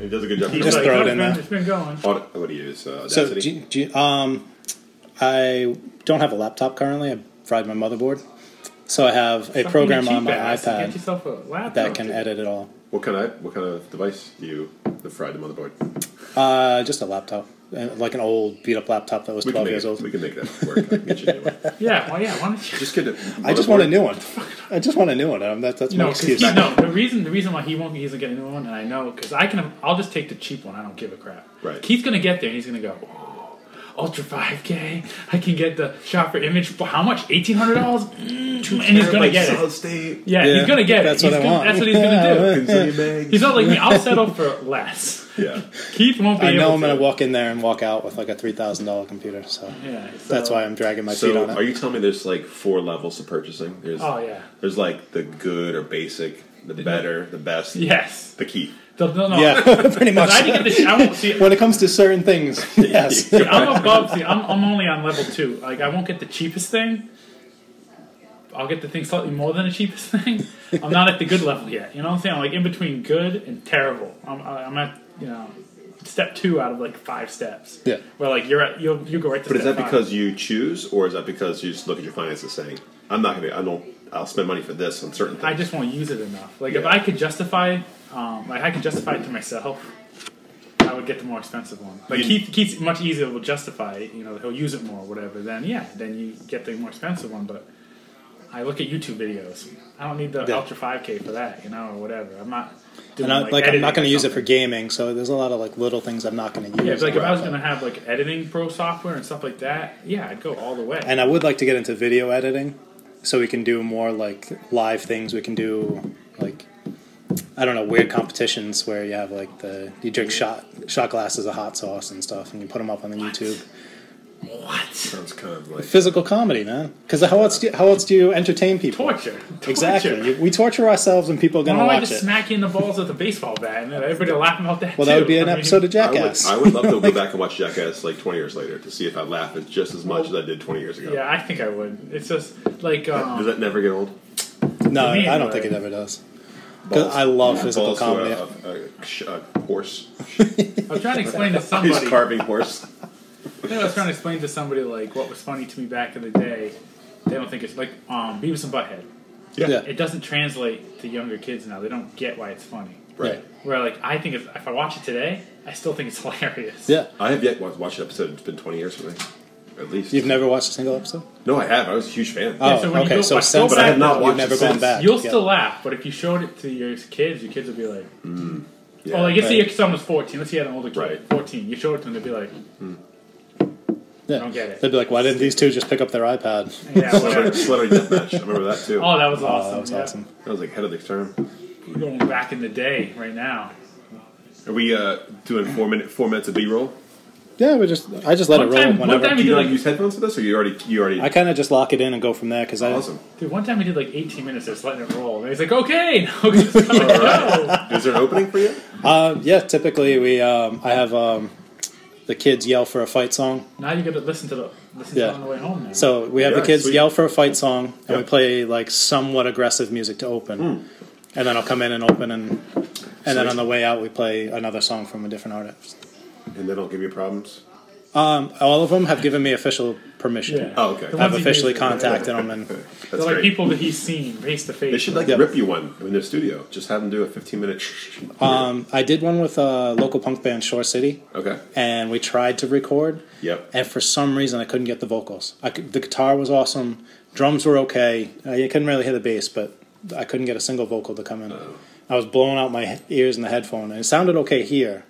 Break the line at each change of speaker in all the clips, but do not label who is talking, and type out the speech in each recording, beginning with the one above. He does a good job.
Just
Like,
throw it
what-
in there.
It's been going.
What what do you use? Uh,
So,
Audacity?
do, you- do, you- um, I don't have a laptop currently. I fried my motherboard, so I have a
Fucking
program on my
cheap ass. Get
iPad
yourself a laptop.
that can edit it all.
what kind of what kind of device do you the fried the motherboard?
Uh, just a laptop, Uh, like an old beat up laptop that was
We can
twelve
make
years
it,
old.
we can make that work. I can get you a new one.
Yeah, well, yeah. Why don't you?
Just get a
I
motherboard.
just want a new one. I just want a new one. Um, that, that's my
No, 'cause he-
excuse.
no. The reason the reason why he won't he isn't getting a new one, and I know because I can. I'll just take the cheap one. I don't give a crap.
Right.
Keith's gonna get there, and he's gonna go. "Oh, Ultra 5K. I can get the shot for image. for How much? Eighteen hundred dollars. Mm, And he's gonna
Like
get
solid
it.
state.
Yeah,
Yeah,
he's gonna get
that's
it.
what
He's
I
gonna-
want.
That's what he's gonna do.
Zillion bags.
He's not like me. I'll settle for less.
Yeah.
Keith won't be
I know
able
I'm
to.
going to walk in there and walk out with like a three thousand dollar computer. So
Yeah, so-
that's why I'm dragging my feet
So
on
are
it.
you telling me there's like four levels to purchasing? There's
Oh, yeah.
There's like the good or basic, the
Mm-hmm.
better, the best.
Yes.
The key.
No, no, no.
Yeah, pretty much.
I didn't get the. I won't see.
When it comes to certain things, yes.
I'm above. See, I'm, I'm only on level two. Like, I won't get the cheapest thing. I'll get the thing slightly more than the cheapest thing. I'm not at the good level yet. You know what I'm saying? I'm like in between good and terrible. I'm, I- I'm at you know step two out of like five steps.
Yeah.
Where like you're at you you go right to.
But is
step
that
five.
because you choose, or is that because you just look at your finances saying, "I'm not gonna, I don't, I'll spend money for this on certain things."
I just won't use it enough. Like if
Yeah.
I could justify, um, like I could justify it to myself, I would get the more expensive one. Like
You-
Keith, Keith's much easier will justify. it, You know, he'll use it more, or whatever. Then yeah, then you get the more expensive one. But I look at YouTube videos. I don't need the
Yeah.
Ultra 5K for that, you know, or whatever. I'm not. Doing,
And I, like, I'm
editing
not going
or
to use it for
something.
gaming. So there's a lot of like little things I'm not going to
Yeah,
use.
but like if I was gonna have like editing pro software and stuff like that, yeah, I'd go all the way.
and I would like to get into video editing, so we can do more like live things. We can do like I don't know weird competitions where you have like the you drink shot shot glasses of hot sauce and stuff, and you put them up on the YouTube.
what
sounds kind of like
Physical comedy, man. Because how else do, how else do you entertain people?
torture? torture.
Exactly. You- We torture ourselves, and people are going
Why
to
don't I
watch
just
it.
smack you in the balls with a baseball bat and then everybody laughing about that?
well, that
too?
would be an
I mean-
episode of
I would,
Jackass.
I would love to go back and watch Jackass like 20 years later to see if I laugh at just as much as I did 20 years ago.
Yeah, I think I would. It's just like
Does
um,
that never get old?
no,
me,
I don't
anyway.
think it ever does. 'Cause
Balls-
I love physical
balls to
comedy.
a, a, a, sh- a horse.
I was trying to explain to
He's
somebody.
carving horse.
I think I was trying to explain to somebody like what was funny to me back in the day. They don't think it's like um, Beavis and Butthead.
Yeah.
It doesn't translate to younger kids now. They don't get why it's funny.
Right.
Where like I think if, if I watch it today, I still think it's hilarious.
Yeah.
I have yet wa- watched an episode. It's been 20 years for me, at least.
You've never watched a single episode?
No, I have. I was a huge fan.
Oh,
so when you
okay.
go-
So
I still
since
but I have
then,
not
you've
watched
never
it since.
gone back.
You'll
Yeah.
still laugh, but if you showed it to your kids, your kids would be like,
Yeah.
"Oh, like if
Right.
your son was fourteen, let's say you had an older kid,
Right. Hmm.
fourteen, you showed it to them, they'd be like,
Yeah.
don't get it.
They'd be like, "Why didn't these two just pick up their iPad?"
"Yeah, whatever."
Celebrity Deathmatch. I remember that too.
oh, that was awesome.
Oh, that was
yeah.
awesome.
That was like head of the term.
Going back in the day, right now.
Are we uh, doing four minute four minutes of B roll?
Yeah, we just I just let
One
it roll
time- one
whenever.
time
Do
We
you
did
like
it.
use headphones for this, or you already you already
I kind of just lock it in and go from there because I
awesome?
Dude, one time we did like 18 minutes, I just letting it roll. And he's like, okay, no, just let it go.
Is there an opening for you?
uh, yeah. Typically, we um, I have um, the kids yell for a fight song.
Now you gotta listen to the listen to
Yeah.
it on the way home now.
So we have
Yeah,
the kids
sweet.
yell for a fight song, and we
Yep.
play like somewhat aggressive music to open, and then I'll come in and open, and and then
Hmm. Sweet.
on the way out we play another song from a different artist.
And they don't give you problems.
Um, all of them have given me official permission.
yeah.
Oh, okay.
The
I've
ones
I've
he
officially
faces,
contacted them, and
That's
They're like
great.
people that he's seen face to face.
they should like
Yeah.
rip you one in their studio. Just have them do a fifteen minute.
um, I did one with a local punk band, Shore City,
okay.
and we tried to record.
Yep.
and for some reason I couldn't get the vocals. I could, the guitar was awesome, drums were okay. I couldn't really hear the bass, but I couldn't get a single vocal to come in.
Oh.
I was blowing out my he- ears in the headphone, and it sounded okay here,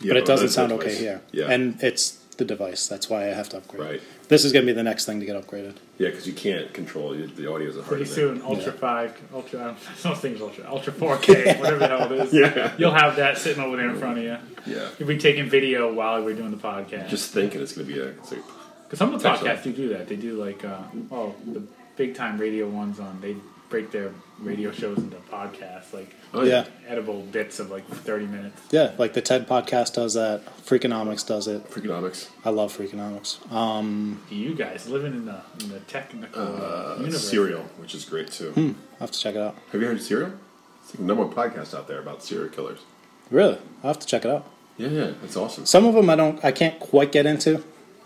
Yeah,
but it doesn't
that's
sound
the
okay
place.
here.
Yeah.
and it's the device. That's why I have to upgrade.
Right.
This is going to be the next thing to get upgraded.
yeah, because you can't control you- the audio is a hard
Pretty
thing.
soon, Ultra 5, Ultra, I don't know, something's Ultra, Ultra 4K, whatever the hell it is.
Yeah.
You'll have that sitting over there in front of you.
Yeah.
You'll be taking video while we're doing the podcast.
Just thinking it's gonna be a. It's like,
Because some of the
Excellent.
podcasts do do that. They do like, uh, oh, the big time radio ones on. They break their radio shows into podcasts, like
oh
Yeah,
edible bits of like thirty minutes.
yeah. Like the TED podcast does that. Freakonomics does it.
Freakonomics.
I love Freakonomics. Um,
You guys living in the in the technical uh,
Uh,
universe.
Serial, which is great too.
Hmm. I have to check it out.
Have you heard of Serial? It's like the number one podcast out there about serial killers.
Really, I'll have to check it out.
Yeah, yeah, that's awesome.
Some of them I don't, I can't quite get into,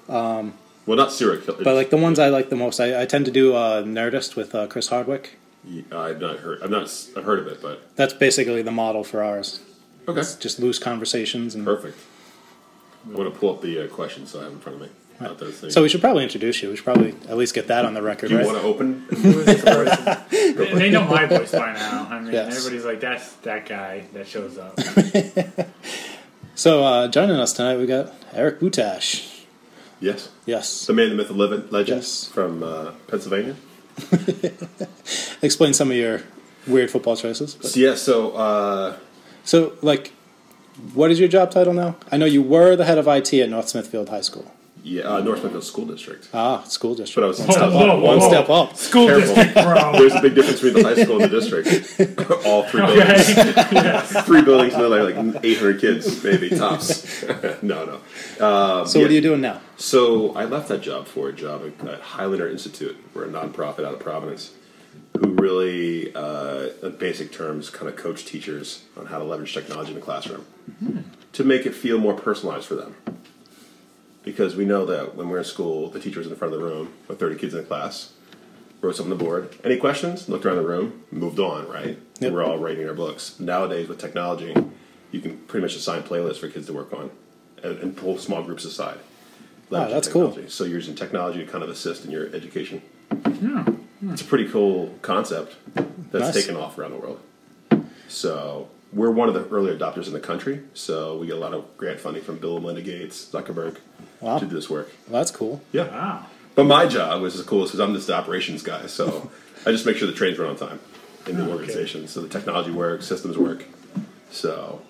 Well, not serial killers.
but like the ones I like the most, I, I tend to do uh, Nerdist with uh, Chris Hardwick.
Yeah, I've not heard. I've not. s- I've heard of it, but
That's basically the model for ours.
okay,
It's just loose conversations and.
perfect. I want to pull up the uh, questions that I have in front of me. About those things.
So we should probably introduce you. We should probably at least get that on the record,
Do you
right?
want to open? All
They, they know my voice by now. I mean,
Yes.
everybody's like, that's that guy that shows up.
So uh, joining us tonight, we got Eric Butash.
yes,
Yes,
the man, the myth, the legend, legend
Yes.
from uh, Pennsylvania.
explain some of your weird football choices. But-
So, yeah, so uh,
So, like, what is your job title now? I know you were the head of IT at North Smithfield High School.
yeah, uh, North Smithfield School District.
Ah, school district.
But I was-
one
Whoa,
step
whoa,
up. One
whoa.
step up.
School
Terrible.
district, bro.
There's a big difference between the high school and the district. All three buildings,
Okay.
three buildings, and they're like, like 800 kids, maybe tops. no, no.
So, what are you doing now?
So I left that job for a job at- at Highlander Institute. We're a nonprofit out of Providence who really, uh, in basic terms, kind of coach teachers on how to leverage technology in the classroom
Mm-hmm.
to make it feel more personalized for them. Because we know that when we're in school, the teacher's in front of the room with 30 kids in the class, wrote something on the board. Any questions? Looked around the room, moved on, right?
Yep.
We're all rating our books. Nowadays, with technology, you can pretty much assign playlists for kids to work on and, and pull small groups aside. Leveraging
that's cool.
technology. So you're using technology to kind of assist in your education. It's a pretty cool concept that's
Nice.
taken off around the world. So we're one of the early adopters in the country. So we get a lot of grant funding from Bill and Melinda Gates, Zuckerberg,
Wow.
to do this work.
Well, that's cool.
Yeah.
Wow.
But my job was as cool because I'm just the operations guy. So I just make sure the trains run on time in the organization. So the technology works, systems work. So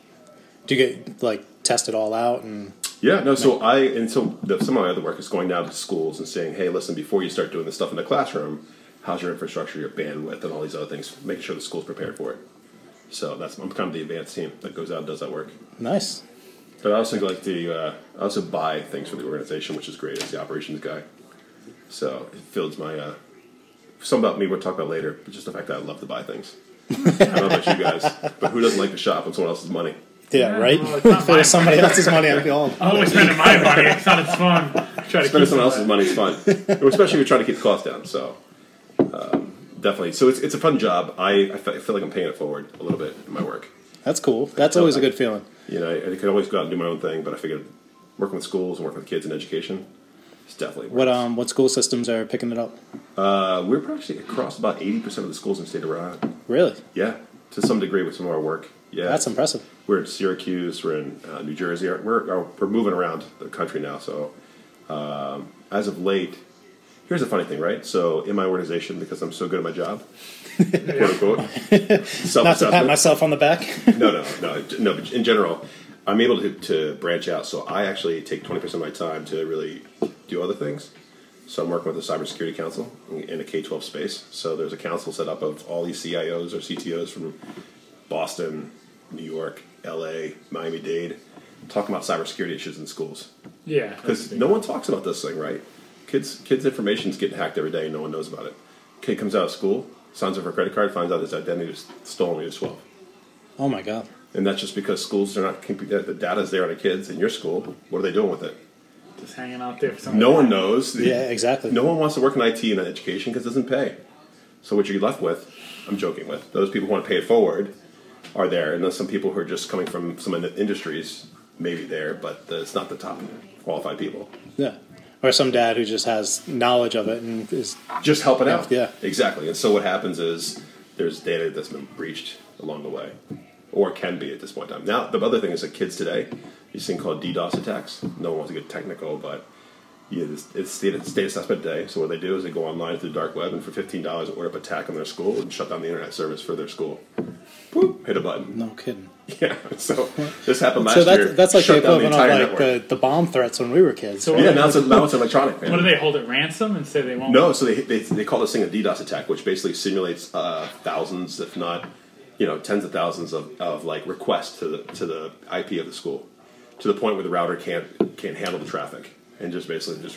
Do you get like test it all out and
Yeah, no. So I and so the, some of my other work is going down to schools and saying, "Hey, listen, before you start doing this stuff in the classroom, how's your infrastructure, your bandwidth, and all these other things? Making sure the school's prepared for it." So that's I'm kind of the advanced team that goes out and does that work.
nice?
But I also like to uh, I also buy things for the organization, which is great as the operations guy. So it fills my uh, some about me we'll talk about later, but just the fact that I love to buy things. I don't know about you guys, but who doesn't like to shop on someone else's money?
Yeah, right.
well, it's not
if it
mine.
was somebody else's money, I'd be all.
I'm always spending my money. It's not its fun. Try to
spending
keep
someone else's money is fun, especially if you're trying to keep costs down. So, um, definitely. So it's, it's a fun job. I, I, fe- I feel like I'm paying it forward a little bit in my work.
That's cool. That's always a good feeling.
You know, I, I could always go out and do my own thing, but I figured working with schools and working with kids in education is definitely
What um what school systems are picking it up?
Uh, we're probably actually across about 80% of the schools in the state of Rhode Island.
Really,
Yeah, to some degree with some of our work. Yeah.
that's impressive.
we're in Syracuse, we're in uh, New Jersey. We're, uh, we're moving around the country now. So, um, as of late, here's the funny thing, right? So, in my organization, because I'm so good at my job, quote unquote,
Not to pat
self-assessment.
myself on the back.
No, no, no, no. But in general, I'm able to, to branch out. So, I actually take 20% of my time to really do other things. So, I'm working with the Cybersecurity Council in a K 12 space. So, there's a council set up of all these CIOs or CTOs from Boston, New York, LA, Miami Dade, talking about cybersecurity issues in schools.
Yeah.
Because no one talks about this thing, right? Kids, kids' information's getting hacked every day, and no one knows about it. Kid comes out of school, signs up for a credit card, finds out his identity was stolen when he was 12.
oh my god.
And that's just because schools are not, comp- the data's there on the kids in your school. What are they doing with it?
Just hanging out there for some
No one knows.
Yeah, exactly.
No one wants to work in IT and in education because it doesn't pay. So what you're left with, I'm joking with, those people who want to pay it forward are there, and there's some people who are just coming from some in- industries maybe there, but uh, it's not the top qualified people.
Yeah. Or some dad who just has knowledge of it and is
Just help it out.
Yeah.
exactly. And so what happens is there's data that's been breached along the way, or can be at this point in time. Now the other thing is that kids today, these thing called DDoS attacks. No one wants to get technical, but Yeah, it's, it's data, it's data assessment day. So what they do is they go online to the dark web and for fifteen dollars order up a attack on their school and shut down the internet service for their school. Boop, hit a button.
no kidding.
Yeah. So this happened last
So
year.
that's that's like the
shut down
equivalent of
entire
like the, the bomb threats when we were kids.
So
right?
yeah. Now it's, now it's electronic. man.
What do they hold it ransom and say they won't?
No, so they, they, they call this thing a DDoS attack, which basically simulates uh, thousands, if not, you know, tens of thousands of, of like requests to the to the IP of the school, to the point where the router can't can't handle the traffic and just basically just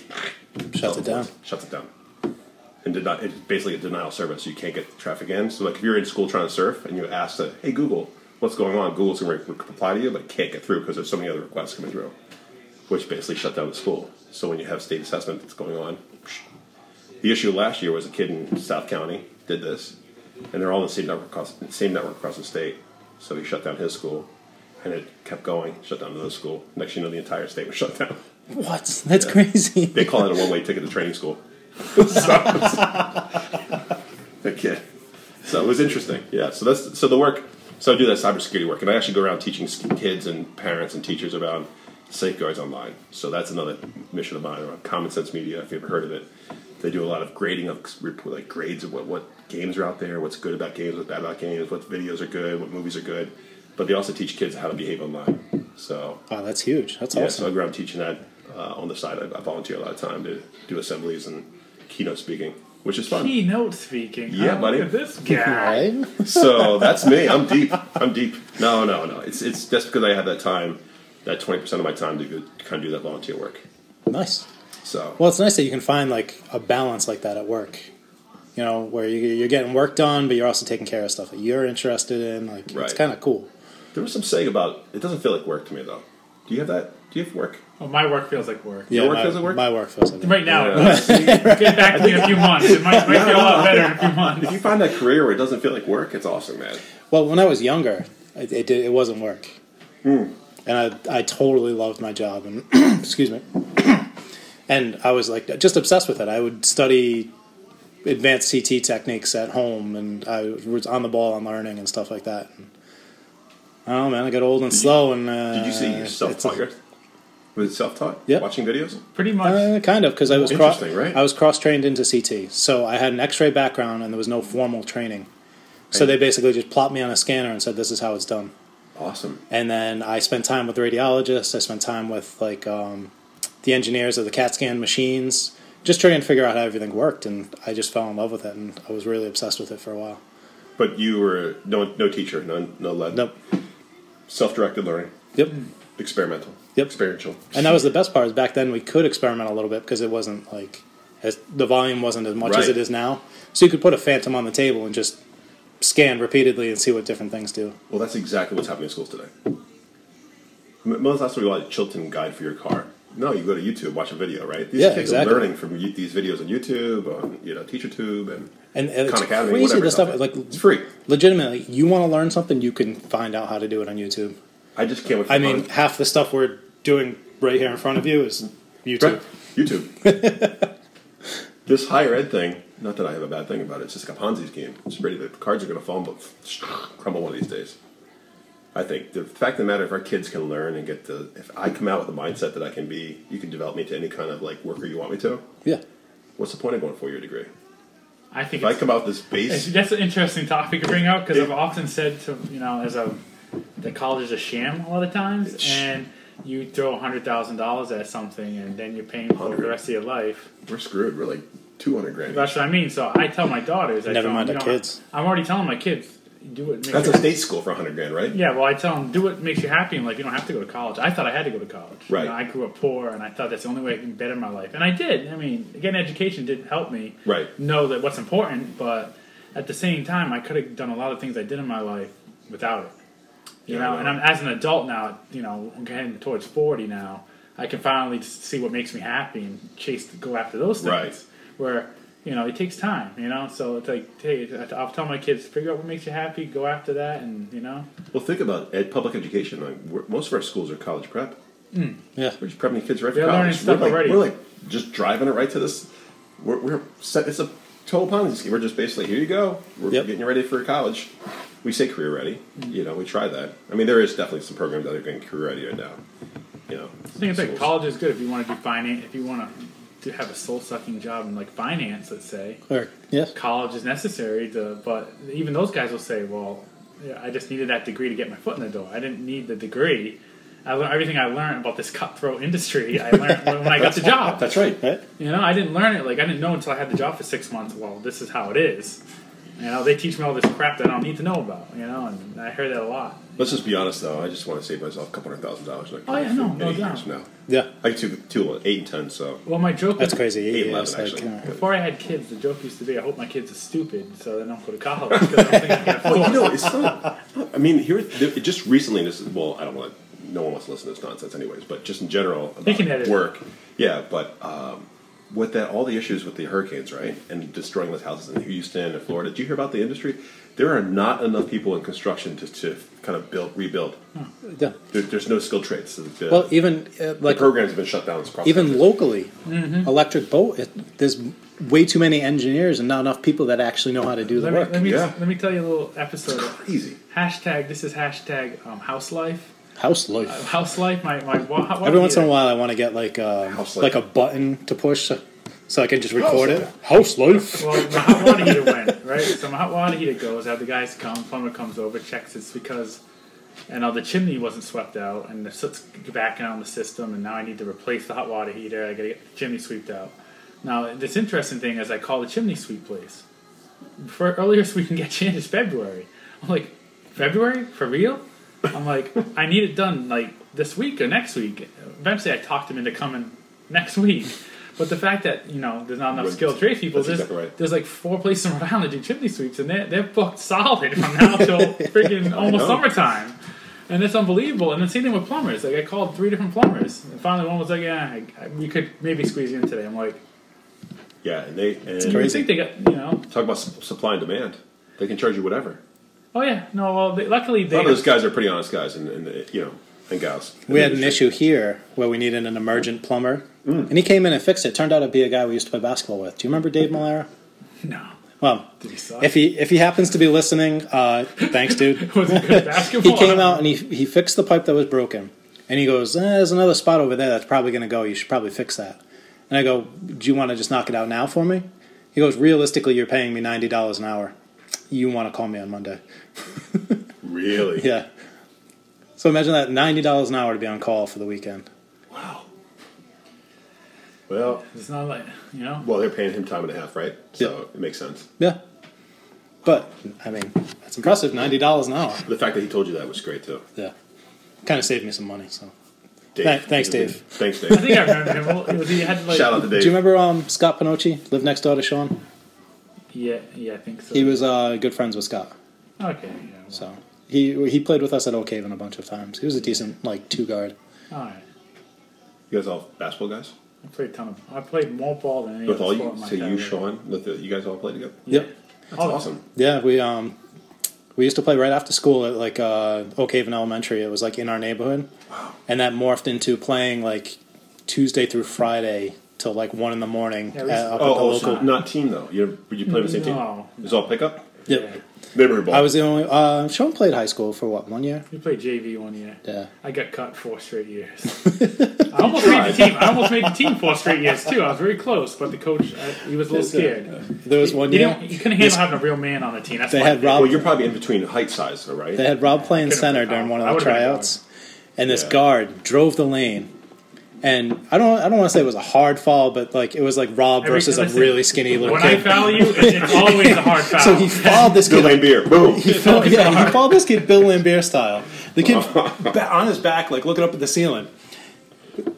Shuts it down.
Shuts it down. and did not, it's basically a denial service. You can't get traffic in. So, like, if you're in school trying to surf and you ask, to, hey, Google, what's going on? Google's going to reply to you, but it can't get through because there's so many other requests coming through, which basically shut down the school. So, when you have state assessment that's going on, the issue last year was a kid in South County did this, and they're all in the same network across, same network across the state. So, he shut down his school, and it kept going, shut down another school. Next, thing you know, the entire state was shut down.
What? That's crazy.
They call it a one-way ticket to training school. So it's- that kid. So it was interesting. Yeah. So that's so the work. So I do that cybersecurity work, and I actually go around teaching s- kids and parents and teachers about safeguards online. So that's another mission of mine. around Common Sense Media, if you've ever heard of it, they do a lot of grading of report- like grades of what what games are out there, what's good about games, what's bad about games, what videos are good, what movies are good. But they also teach kids how to behave online. So
Wow, that's huge. That's
yeah, so I
awesome.
grew up teaching that uh, on the side. I, I volunteer a lot of time to do assemblies and keynote speaking, which is fun.
Keynote speaking.
Yeah,
Oh,
buddy.
Look at this guy.
Right?
so that's me. I'm deep. I'm deep. No, no, no. It's it's just because I have that time, that twenty percent of my time to go, kind of do that volunteer work.
Nice.
So
Well, it's nice that you can find like a balance like that at work. You know, where you, you're getting work done, but you're also taking care of stuff that you're interested in. Like,
Right.
it's kind of cool.
there was some saying about it doesn't feel like work to me though. Do you have that? Do you have work?
Well, my work feels like work.
Yeah,
work
my,
doesn't work?
My work feels like that.
Right now,
Yeah.
get back to me in a few months. It might, might be a lot better in a few
If you
months.
find that career where it doesn't feel like work, it's awesome, man.
Well, when I was younger, it it, did, it wasn't work,
Hmm.
and I I totally loved my job and excuse me, and I was like just obsessed with it. I would study advanced CT techniques at home, and I was on the ball on learning and stuff like that. And, I don't know, man. I got old and slow, and uh,
Did you see yourself
it's a-
taught? your- Was it self taught?
Yeah.
Watching videos.
Pretty much.
uh, kind of, because I was cross,
Interesting, right?
I was cross trained into CT, so I had an X ray background, and there was no formal training. So
Right.
they basically just plopped me on a scanner and said, "This is how it's done."
Awesome.
and then I spent time with radiologists. I spent time with like um, the engineers of the CAT scan machines, just trying to figure out how everything worked. And I just fell in love with it, and I was really obsessed with it for a while.
But you were no no teacher, none no led.
Nope.
Self directed learning.
Yep.
experimental.
Yep.
Experiential.
And that was the best part. Is back then we could experiment a little bit because it wasn't like as the volume wasn't as much as
Right.
it is now. So you could put a phantom on the table and just scan repeatedly and see what different things do.
Well, that's exactly what's happening in schools today. M- Most last time we watched Chilton Guide for Your Car. No, you go to YouTube, watch a video, right? These
Yeah,
kids
exactly.
are learning from y- these videos on YouTube, on you know TeacherTube, and
And, and it's
Khan Academy,
crazy
whatever
the
it's
stuff
out
like
there. it's free.
legitimately. You want to learn something, you can find out how to do it on YouTube.
I just can't wait. For
I mean,
Khan-
half the stuff we're doing right here in front of you is YouTube.
Right? YouTube. this higher ed thing. Not that I have a bad thing about it. It's just like a Ponzi scheme. It's ready. The cards are going to fall, but crumble one of these days. I think the fact of the matter, if our kids can learn and get the, if I come out with the mindset that I can be, you can develop me to any kind of like worker you want me to.
Yeah.
What's the point of going for your degree?
I think
If I
it's,
come out with this
it's-
base,
that's an interesting topic to bring up because
Yeah.
I've often said to you know as a that college is a sham a lot of times, and you throw hundred thousand dollars at something and then you're paying for it the
100.
rest of your life.
we're screwed. We're like two hundred grand.
That's what I mean. So I tell my daughters. I
Never
tell
mind
them,
our
you know,
kids.
I'm already telling my kids. Do what makes
That's
you
a state school for hundred grand, right?
Yeah, well, I tell them do what makes you happy, and like you don't have to go to college. I thought I had to go to college. You
Right.
know, I grew up poor, and I thought that's the only way I can better my life, and I did. I mean, again, education did help me
Right.
know that what's important, but at the same time, I could have done a lot of things I did in my life without it. You
Yeah, I
know,
know.
and I'm as an adult now. You know, I'm heading towards forty now. I can finally s- see what makes me happy and chase go after those things.
Right.
Where you know it takes time. You know, so it's like, hey, I'll tell my kids figure out what makes you happy, go after that, and you know.
Well, think about ed, public education. Like, we're, most of our schools are college prep.
Yeah.
We're just prepping kids right for
They're
college.
learning stuff
we're like,
already.
We're like just driving it right to this. We're, we're set. It's a total Ponzi scheme. We're just basically here you go. We're
Yep.
getting you ready for college. We say career ready.
Mm-hmm.
You know, we try that. I mean, there is definitely some programs that are getting career ready right now. You know,
I think it's like college is good if you want to do finance, if you want to do, have a soul sucking job in like finance, let's say.
Or, yeah.
College is necessary, to, but even those guys will say, well, yeah, I just needed that degree to get my foot in the door. I didn't need the degree. I learned everything I learned about this cutthroat industry. I learned when, when I got the job.
That's right.
Right?
You know, I didn't learn it. Like I didn't know until I had the job for six months. Well, this is how it is. You know, they teach me all this crap that I don't need to know about. You know, and I heard that a lot.
Let's just be honest, though. I just want to save myself a couple hundred thousand dollars. Like
Oh, yeah, no, no
eight
doubt.
years from now.
Yeah,
I get two, two, well, eight and ten. So
Well, my joke
that's
was-
crazy.
eight,
Yeah,
eleven
it's like,
actually.
uh,
Before I had kids, the joke used to be, I hope my kids are stupid so they don't go to college because I don't think I can afford
Well, you know, it's not. I mean, here there- just recently, this is well, I don't want. No one wants to listen to this nonsense, anyways. But just in general, about
can edit.
work. Yeah, but um, with that, all the issues with the hurricanes, right, and destroying those houses in Houston and Florida. Did you hear about the industry? There are not enough people in construction to, to kind of build, rebuld.
uh, yeah.
There, there's no skilled trades. The, the-
Well, even uh,
the
like
programs have been shut down. It's probably-
even locally, electric boat. It, there's way too many engineers and not enough people that actually know how to do the
Let me,
work.
let, me,
yeah.
let me tell you a little episode.
easy.
Hashtag, this is hashtag um, house life.
House life.
House life, my, my wa- wa-
Every once in a
yeah.
while, I want to get like um,
House life.
like a button to push, so, so I can just record
life.
it. House life.
Well, my hot water heater went, right? So my hot water heater goes, have the guys come, plumber comes over, checks it's because and now the chimney wasn't swept out and the soot's backing on the system and now I need to replace the hot water heater, I gotta get the chimney sweeped out. Now this interesting thing is I call the chimney sweep place. For earliest we can get you in is February. I'm like, February? For real? I'm like, I need it done like this week or next week. Eventually I talked him into coming next week. But the fact that, you know, there's not enough
Right.
skilled trade people,
That's
there's,
exactly right.
there's like four places in Rhode Island that do chimney sweeps, and they're, they're booked solid from now till freaking almost
know.
summertime. And it's unbelievable. And the same thing with plumbers. Like, I called three different plumbers. And finally, one was like, yeah, I, I, we could maybe squeeze you in today. I'm like,
Yeah, and they and
I
crazy.
think they got, you know,
talk about su- supply and demand. They can charge you whatever.
oh, yeah, no, well, they, luckily
A
they.
lot of those guys are pretty honest guys, and, and you know, and gals.
We had an issue here where we needed an emergent plumber, and he came in and fixed it. Turned out to be a guy we used to play basketball with. Do you remember Dave Malera?
No.
Well,
Did he suck?
if he if he happens to be listening, uh, thanks, dude.
was it good basketball?
he came out and he, he fixed the pipe that was broken. And he goes, eh, There's another spot over there that's probably going to go. You should probably fix that. And I go, Do you want to just knock it out now for me? He goes, Realistically, you're paying me $90 an hour. You want to call me on Monday.
Really?
Yeah. So imagine that $90 an hour to be on call for the weekend.
Wow. Well,
It's not like, you know,
well, they're paying him time and a half, right? So it makes sense.
Yeah. But, I mean, that's impressive $90 an hour.
The fact that he told you that was great too.
Yeah. Kind of saved me some money. So,
Dave,
Thank- thanks, Dave.
Thanks,
I
Dave.
think I remember him. Well, it was, he had like.
Shout out to Dave.
Do you remember um, Scott Pinocchi, lived next door to Sean?
Yeah, yeah, I think so.
He was uh, good friends with Scott.
Okay, yeah. well,
So he he played with us at Old Caven a bunch of times. He was a decent like two guard.
All right.
You guys all basketball guys?
I played a ton of. I played more ball than any
With
other
all
sport
you,
in my
so you,
career.
Sean, with the, you guys all play together.
Yeah.
Yep.
That's
Oh.
awesome.
Yeah, we um we used to play right after school at like uh, Old Haven Elementary. It was like in our neighborhood, and that morphed into playing like Tuesday through Friday till like one in the morning
Yeah,
at,
we used to-
up at
Oh,
the
oh,
local.
so not team though. You were you playing the same team?
No.
It was all pickup.
Yep.
Memory ball.
I was the only. Uh, Sean played high school for what one year.
We played JV one year.
Yeah.
I got cut four straight years. I almost made the team. I almost made the team four straight years too. I was very close, but the coach I, he was a little scared.
There was uh, one
You
year
didn't, you couldn't handle having a real man on the team. That's
they
why
had Rob
well, you're probably in between height size, though, right?
They had Rob playing
Could've
center
been
during one
I
of the
would've been
tryouts, and this
Yeah.
guard drove the lane. And I don't, I don't want to say it was a hard fall, but like it was like Rob
Every-
versus a
listen,
really skinny little
When I
kid.
foul you, it's, it's always a hard foul.
So he fouled this
Bill
kid.
and beer. Boom.
He fouled, yeah, he fouled this kid Bill Lambier style. The kid
Uh-huh.
ba- on his back, like looking up at the ceiling.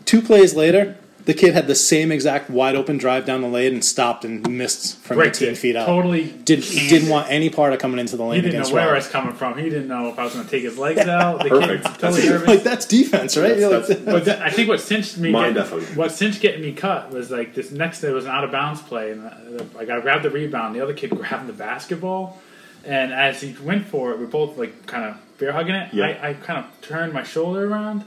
Two plays later, the kid had the same exact wide open drive down the lane and stopped and missed from
Raked
18
it.
feet out.
Totally
Did,
canned
didn't
it.
want any part of coming into the
He
lane
didn't know
against
where I
Rob.
was coming from. He didn't know if I was going to take his legs out. The
Perfect.
Kid,
That's
totally
it.
nervous.
Like that's defense, right? You're
That's-
like-
that's-
But that, I think what cinched me,
Mine
get,
definitely.
what cinched getting me cut was like this next. There was an out of bounds play, and uh, like I grabbed the rebound, the other kid grabbed the basketball, and as he went for it, we both like kind of bear hugging it.
Yeah.
I, I kind of turned my shoulder around,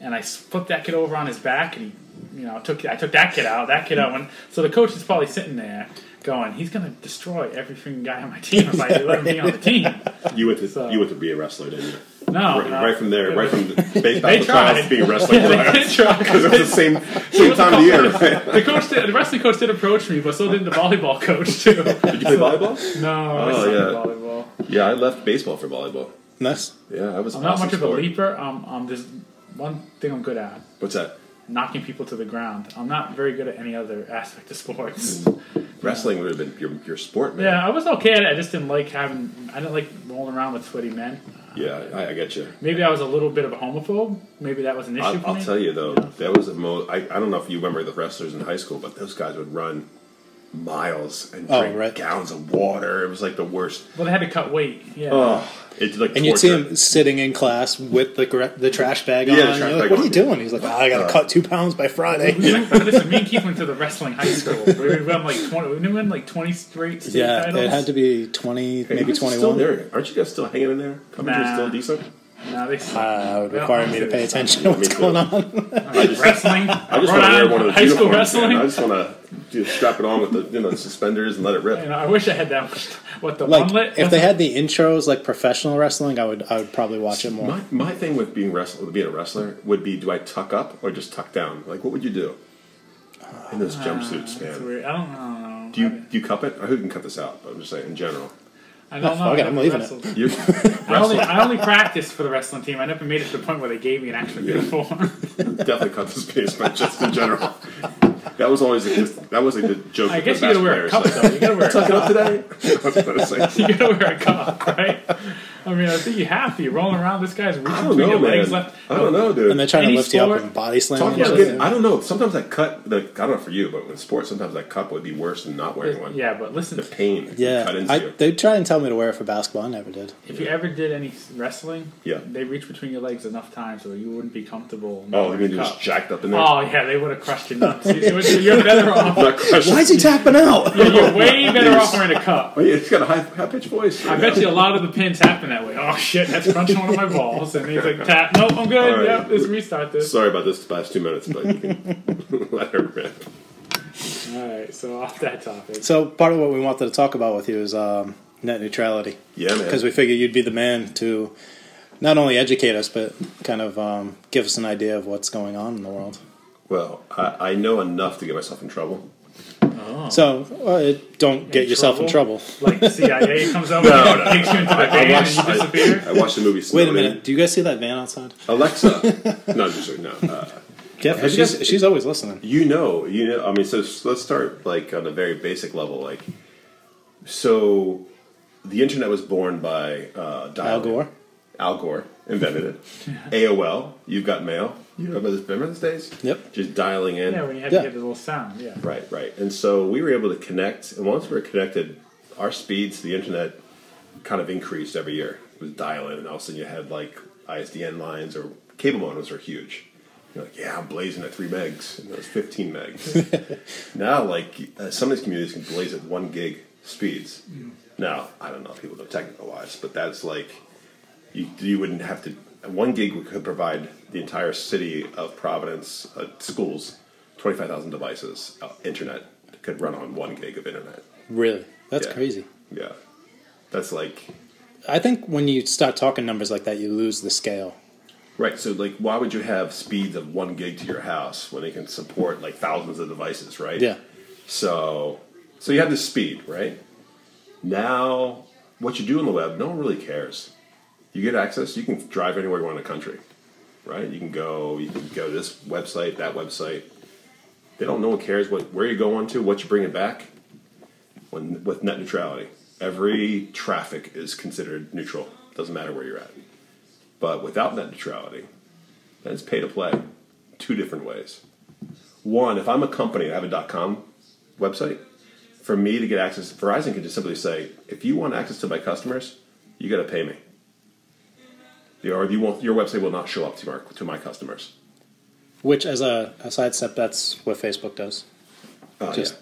and I flipped that kid over on his back, and he, you know, took I took that kid out, that kid out. When so the coach is probably sitting there going, he's gonna destroy every freaking guy on my team if I let him be on the team.
You went to
So-
you went to be a wrestler, didn't you?
No,
right,
no.
right from there, right from the, based
They
off the trials
tried.
to be a wrestling trial.
Try.
Because it was the same same time of the year. Did
The coach, did, the wrestling coach, did approach me, but so did the volleyball coach too.
you play volleyball?
No, I
Oh,
suck at
yeah.
volleyball.
Yeah, I left baseball for volleyball.
Nice.
Yeah, I was
I'm not
awesome
much of a
sport.
leaper. Um, um, there's one thing I'm good at:
What's that?
knocking people to the ground. I'm not very good at any other aspect of sports.
Hmm. Wrestling would have been your, your sport, man.
Yeah, I was okay at it. I just didn't like having. I didn't like rolling around with sweaty men.
Yeah, I, I get you.
Maybe I was a little bit of a homophobe. Maybe that was an issue.
I'll,
for
I'll
me.
tell you though, that was the most. I, I don't know if you remember the wrestlers in high school, but those guys would run miles and
Oh,
drink
right.
gallons of water. It was like the worst.
Well, they had to cut weight. Yeah.
Oh, it's like
And you'd see
torture.
him sitting in class with the gra- the trash bag on.
the
and
trash
you're like,
bag
what
on,
are
Uh,
you
yeah.
doing? He's like, oh, I got to cut two pounds by Friday.
We went- Listen, me and Keith went to the wrestling high school. We won like twenty. We won like twenty straight state
Yeah,
titles.
it had to be
Are
20,
you
maybe
guys Still
21.
there? Aren't you guys still hanging in there? Coventry's
Nah.
still decent.
Nah, they suck.
Uh, it would require me to pay attention to
Yeah, me
what's
too.
going on.
wrestling.
I just
Rhode
want to wear
Island
one of those
high school
uniforms.
wrestling.
man. I just want to strap it on with the you know suspenders and let it rip.
You know, I wish I had that. What the
Like,
onelet?
if they had the intros like professional wrestling, I would I would probably watch it more.
My, my thing with being wrestler, being a wrestler would be: do I tuck up or just tuck down? Like, what would you do in those jumpsuits,
Ah, That's
man?
weird. I don't know.
Do you do you cup it? Or who can cut this out? But I'm just saying in general.
I don't
Oh,
know.
fuck it,
I
I'm
never
leaving
wrestled.
You
I only,
wrestling
I only practiced for the wrestling team. I never made it to the point where they gave me an actual
Yeah.
uniform.
definitely cut this piece, but just in general. That was always the, that was like the joke.
I
with
guess
the
you
best
gotta wear a
players,
cup
like,
though. You gotta wear a
Tuck
cup.
it up today. I was gonna say,
You gotta wear a cup, right? I mean, I think you have to. You're rolling around. This guy's reaching
I don't
between
know,
your legs
man.
left.
I don't know, dude.
And they're trying to
Any
lift you up
sport-
and body slam.
Talking
you and
about
Yeah,
shit.
getting, I don't know. Sometimes I cut. Like, I don't know for you, but in sports, sometimes that cut would be worse than not wearing one.
Yeah, but listen,
The pain. that you
yeah,
Cut into.
I, they try and tell me to wear it for basketball. I never did.
if you ever did any wrestling,
Yeah.
they reach between your legs enough times so you wouldn't be comfortable. not
oh,
wearing
you
a
mean just
cup.
jacked up in there?
Oh yeah, they would have crushed your nuts. You- you- You're better off.
Not crushed.
Why is he tapping out?
You're way better off wearing a cup.
Oh, yeah, he's got a high, high pitched voice.
I bet you a lot of the pins happen that way. Oh shit, that's crunching one of my balls, and he's like, "Tap, nope, I'm good.
All right.
Yep, let's restart this."
Sorry about this past two minutes, but you can let her rip.
All right, so off that topic.
So part of what we wanted to talk about with you is um, net neutrality.
Yeah, man.
Because we figure you'd be the man to not only educate us, but kind of um, give us an idea of what's going on in the world.
Well, I, I know enough to get myself in trouble.
So uh, it- don't get yourself in trouble.
Like the CIA comes over, and takes you into the van, and you disappear.
I watched the movie.
Wait a
Snowden.
minute. Do you guys see that van outside?
Alexa. no, I'm just no. Uh,
Jeff,
Have you
she's,
guys-
she's always listening.
you know, you know. I mean, so s- let's start like on a very basic level. Like, so the internet was born by uh, dial-up.
Al Gore.
Al Gore invented it. AOL. You've got mail. You remember this? Remember those days?
Yep.
Just dialing in.
Yeah, when you have
Yeah.
to get the little sound. Yeah.
Right, right. And so we were able to connect, and once we were connected, our speeds to the internet kind of increased every year. It was dial in, and all of a sudden you had like ISDN lines or cable modems were huge. You're like, yeah, I'm blazing at three megs, and it was 15 megs. now, like, uh, some of these communities can blaze at one gig speeds. Now, I don't know if people know technical wise, but that's like, you, you wouldn't have to, one gig could provide the entire city of Providence, uh, schools, 25,000 devices, uh, internet could run on one gig of internet.
Really? That's
Yeah.
crazy.
Yeah. That's like
I think when you start talking numbers like that, you lose the scale.
right. So like, why would you have speeds of one gig to your house when it can support like thousands of devices, right?
Yeah.
So, so you have this speed, right? Now, what you do on the web, no one really cares. You get access. You can drive anywhere you want in the country, right? You can go. You can go to this website, that website. They don't. No one cares what where you're going to, what you're bringing back. When with net neutrality, every traffic is considered neutral. Doesn't matter where you're at. But without net neutrality, then it's pay to play, two different ways. One, if I'm a company, I have a .com website. For me to get access, Verizon can just simply say, if you want access to my customers, you got to pay me. Or you won't, your website will not show up to, our, to my customers.
Which, as a, a side step, that's what Facebook does.
Oh,
Just,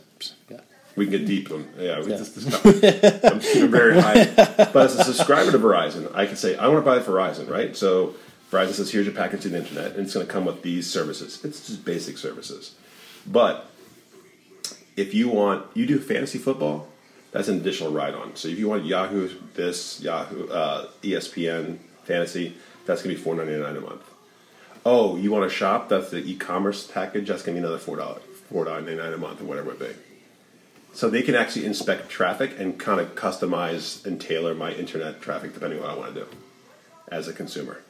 yeah.
We can get deep. Um, yeah, we Just, just- I'm shooting very high. But as a subscriber to Verizon, I can say I want to buy Verizon, right? So Verizon says, "Here's your package to the internet, and it's going to come with these services. It's just basic services." But if you want, you do fantasy football. That's an additional ride-on. So if you want Yahoo, this Yahoo, uh, ESPN, fantasy, that's going to be $4.99 a month. Oh, you want to shop? That's the e-commerce package. That's going to be another four dollars, four dollars ninety nine a month, or whatever it be. So they can actually inspect traffic and kind of customize and tailor my internet traffic depending on what I want to do as a consumer.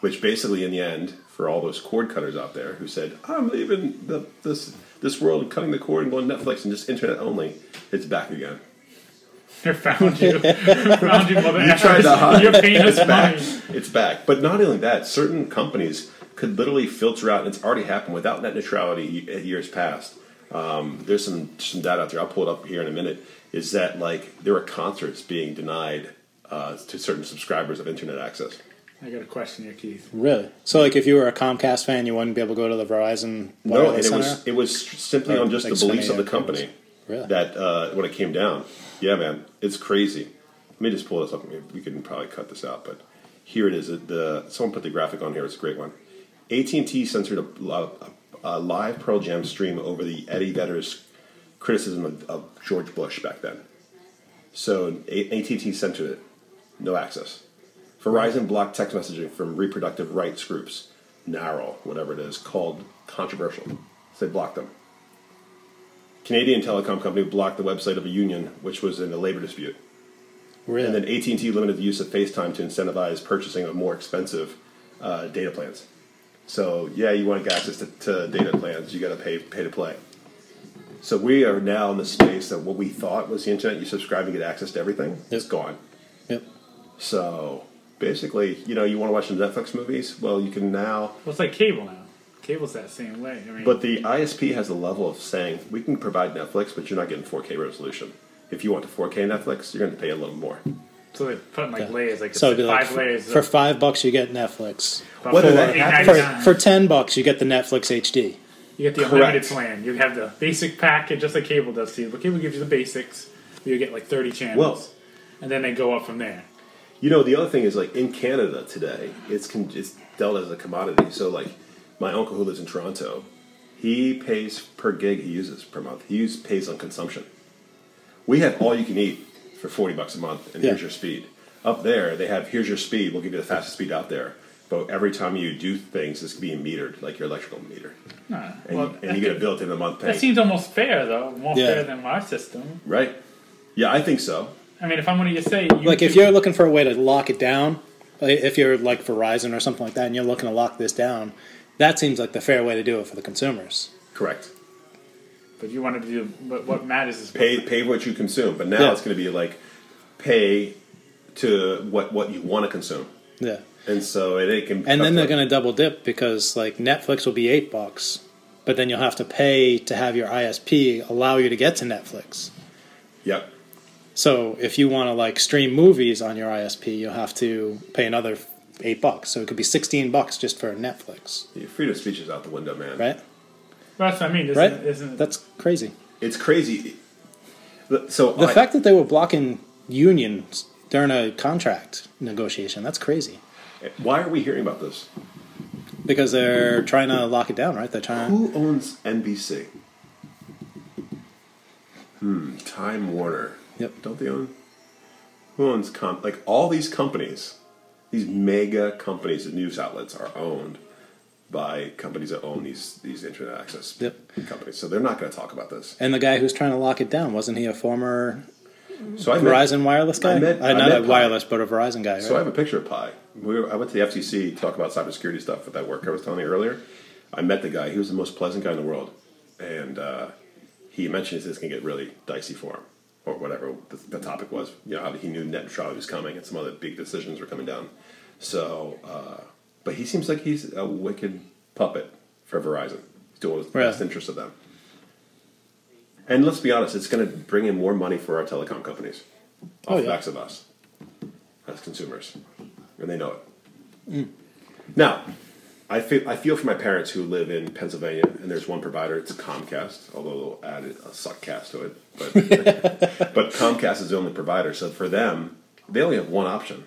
Which basically, in the end, for for all those cord cutters out there who said, "I'm leaving the, this this world, and cutting the cord, and going Netflix and just internet only." It's back again.
They found you. found you, mother
You tried to hide.
You're paying us
back.
money.
It's back. But not only that, certain companies could literally filter out, and it's already happened without net neutrality y- years past. Um, there's some some data out there. I'll pull it up here in a minute. Is that like there were concerts being denied uh, to certain subscribers of internet access?
I got a question here, Keith.
Really? So, like, if you were a Comcast fan, you wouldn't be able to go to the Verizon
No,
Wireless
and it
Center.
was it was simply
Oh,
on just the
Xfinity,
beliefs of the
yeah.
company
Really?
that uh, when it came down. Yeah, man, it's crazy. Let me just pull this up. I mean, We can probably cut this out, but here it is. It- The someone put the graphic on here. It's a great one. AT and T censored a, a, a live Pearl Jam stream over the Eddie Vedder's criticism of, of George Bush back then. So AT and T censored it. No access. Verizon blocked text messaging from reproductive rights groups, NARAL, whatever it is, called controversial. So they blocked them. Canadian telecom company blocked the website of a union, which was in a labor dispute.
really?
And then AT&T limited the use of FaceTime to incentivize purchasing of more expensive uh, data plans. So yeah, you want to get access to, to data plans, you got to pay pay to play. So we are now in the space that what we thought was the internet, you subscribe and get access to everything, it's gone.
yep.
So basically, you know, you want to watch some Netflix movies? Well, you can now.
Well, it's like cable now. Cable's that same way. I mean,
But the ISP has a level of saying we can provide Netflix, but you're not getting 4K resolution. If you want the 4K Netflix, you're going to pay a little more.
so they're putting like layers, like
So,
it's
it'd be like,
five layers.
for
of-
five bucks, you get Netflix.
about
whether
four,
that
eight
happens-
For,
ninety-nine.
for ten bucks, you get the Netflix HD.
You get the
Correct.
unlimited plan. You have the basic package, just like cable does to you. But cable gives you the basics. You get like 30 channels.
Well-
and then they go up from there.
You know, the other thing is like in Canada today, it's con- it's dealt as a commodity. So like, my uncle who lives in Toronto, he pays per gig he uses per month. He use, pays on consumption. We have all you can eat for forty bucks a month, and
Yeah.
here's your speed. Up there, they have here's your speed. We'll give you the fastest speed out there. But every time you do things, it's being metered, like your electrical meter,
Nah,
and,
well,
you, and you get a bill at the end of the month
that
paying.
seems almost fair, though. More
Yeah.
fair than our system.
Right? Yeah, I think so.
I mean, if I'm going to say,
Like, if
YouTube-
you're looking for a way to lock it down, like, if you're like Verizon or something like that, and you're looking to lock this down, that seems like the fair way to do it for the consumers.
Correct.
but you wanted to do, but what matters is
pay pay what you consume. But now
Yeah.
it's going to be like pay to what what you want to consume,
Yeah.
and so it, it can.
And then they're going to double dip because like Netflix will be eight bucks, but then you'll have to pay to have your ISP allow you to get to Netflix.
Yep.
So if you want to like stream movies on your ISP, you'll have to pay another eight bucks. So it could be sixteen bucks just for Netflix,
Your freedom of speech is out the window, man.
right?
That's what I mean. Isn't,
Right?
isn't
That's crazy.
It's crazy. So
The
I-
fact that they were blocking unions during a contract negotiation—that's crazy.
why are we hearing about this?
Because they're trying to lock it down, right? They're trying.
Who owns NBC? Hmm. Time Warner.
Yep.
Don't they own? Who owns com? Like all these companies, these mega companies, and news outlets are owned by companies that own these these internet access
Yep.
companies. So they're not going to talk about this.
And the guy who's trying to lock it down wasn't he a former
So I met-
Verizon wireless guy?
I met-
uh, not
I met
a
Pi.
wireless, but a Verizon guy, right?
So I have a picture of Pi. We were, I went to the FCC to talk about cybersecurity stuff at that work I was telling you earlier. I met the guy. He was the most pleasant guy in the world, and uh, he mentioned this is going to get really dicey for him, or whatever the, the topic was. You know, how he knew net neutrality was coming, and some other big decisions were coming down. So, uh, but he seems like he's a wicked puppet for Verizon. He's doing what's in the
Really?
best interest of them. And let's be honest, it's going to bring in more money for our telecom companies off
Oh,
the
yeah.
backs of us as consumers, and they know it.
Mm.
Now, I feel I feel for my parents who live in Pennsylvania, and there's one provider. It's Comcast, although they'll add a suckcast to it. But but Comcast is the only provider, so for them, they only have one option,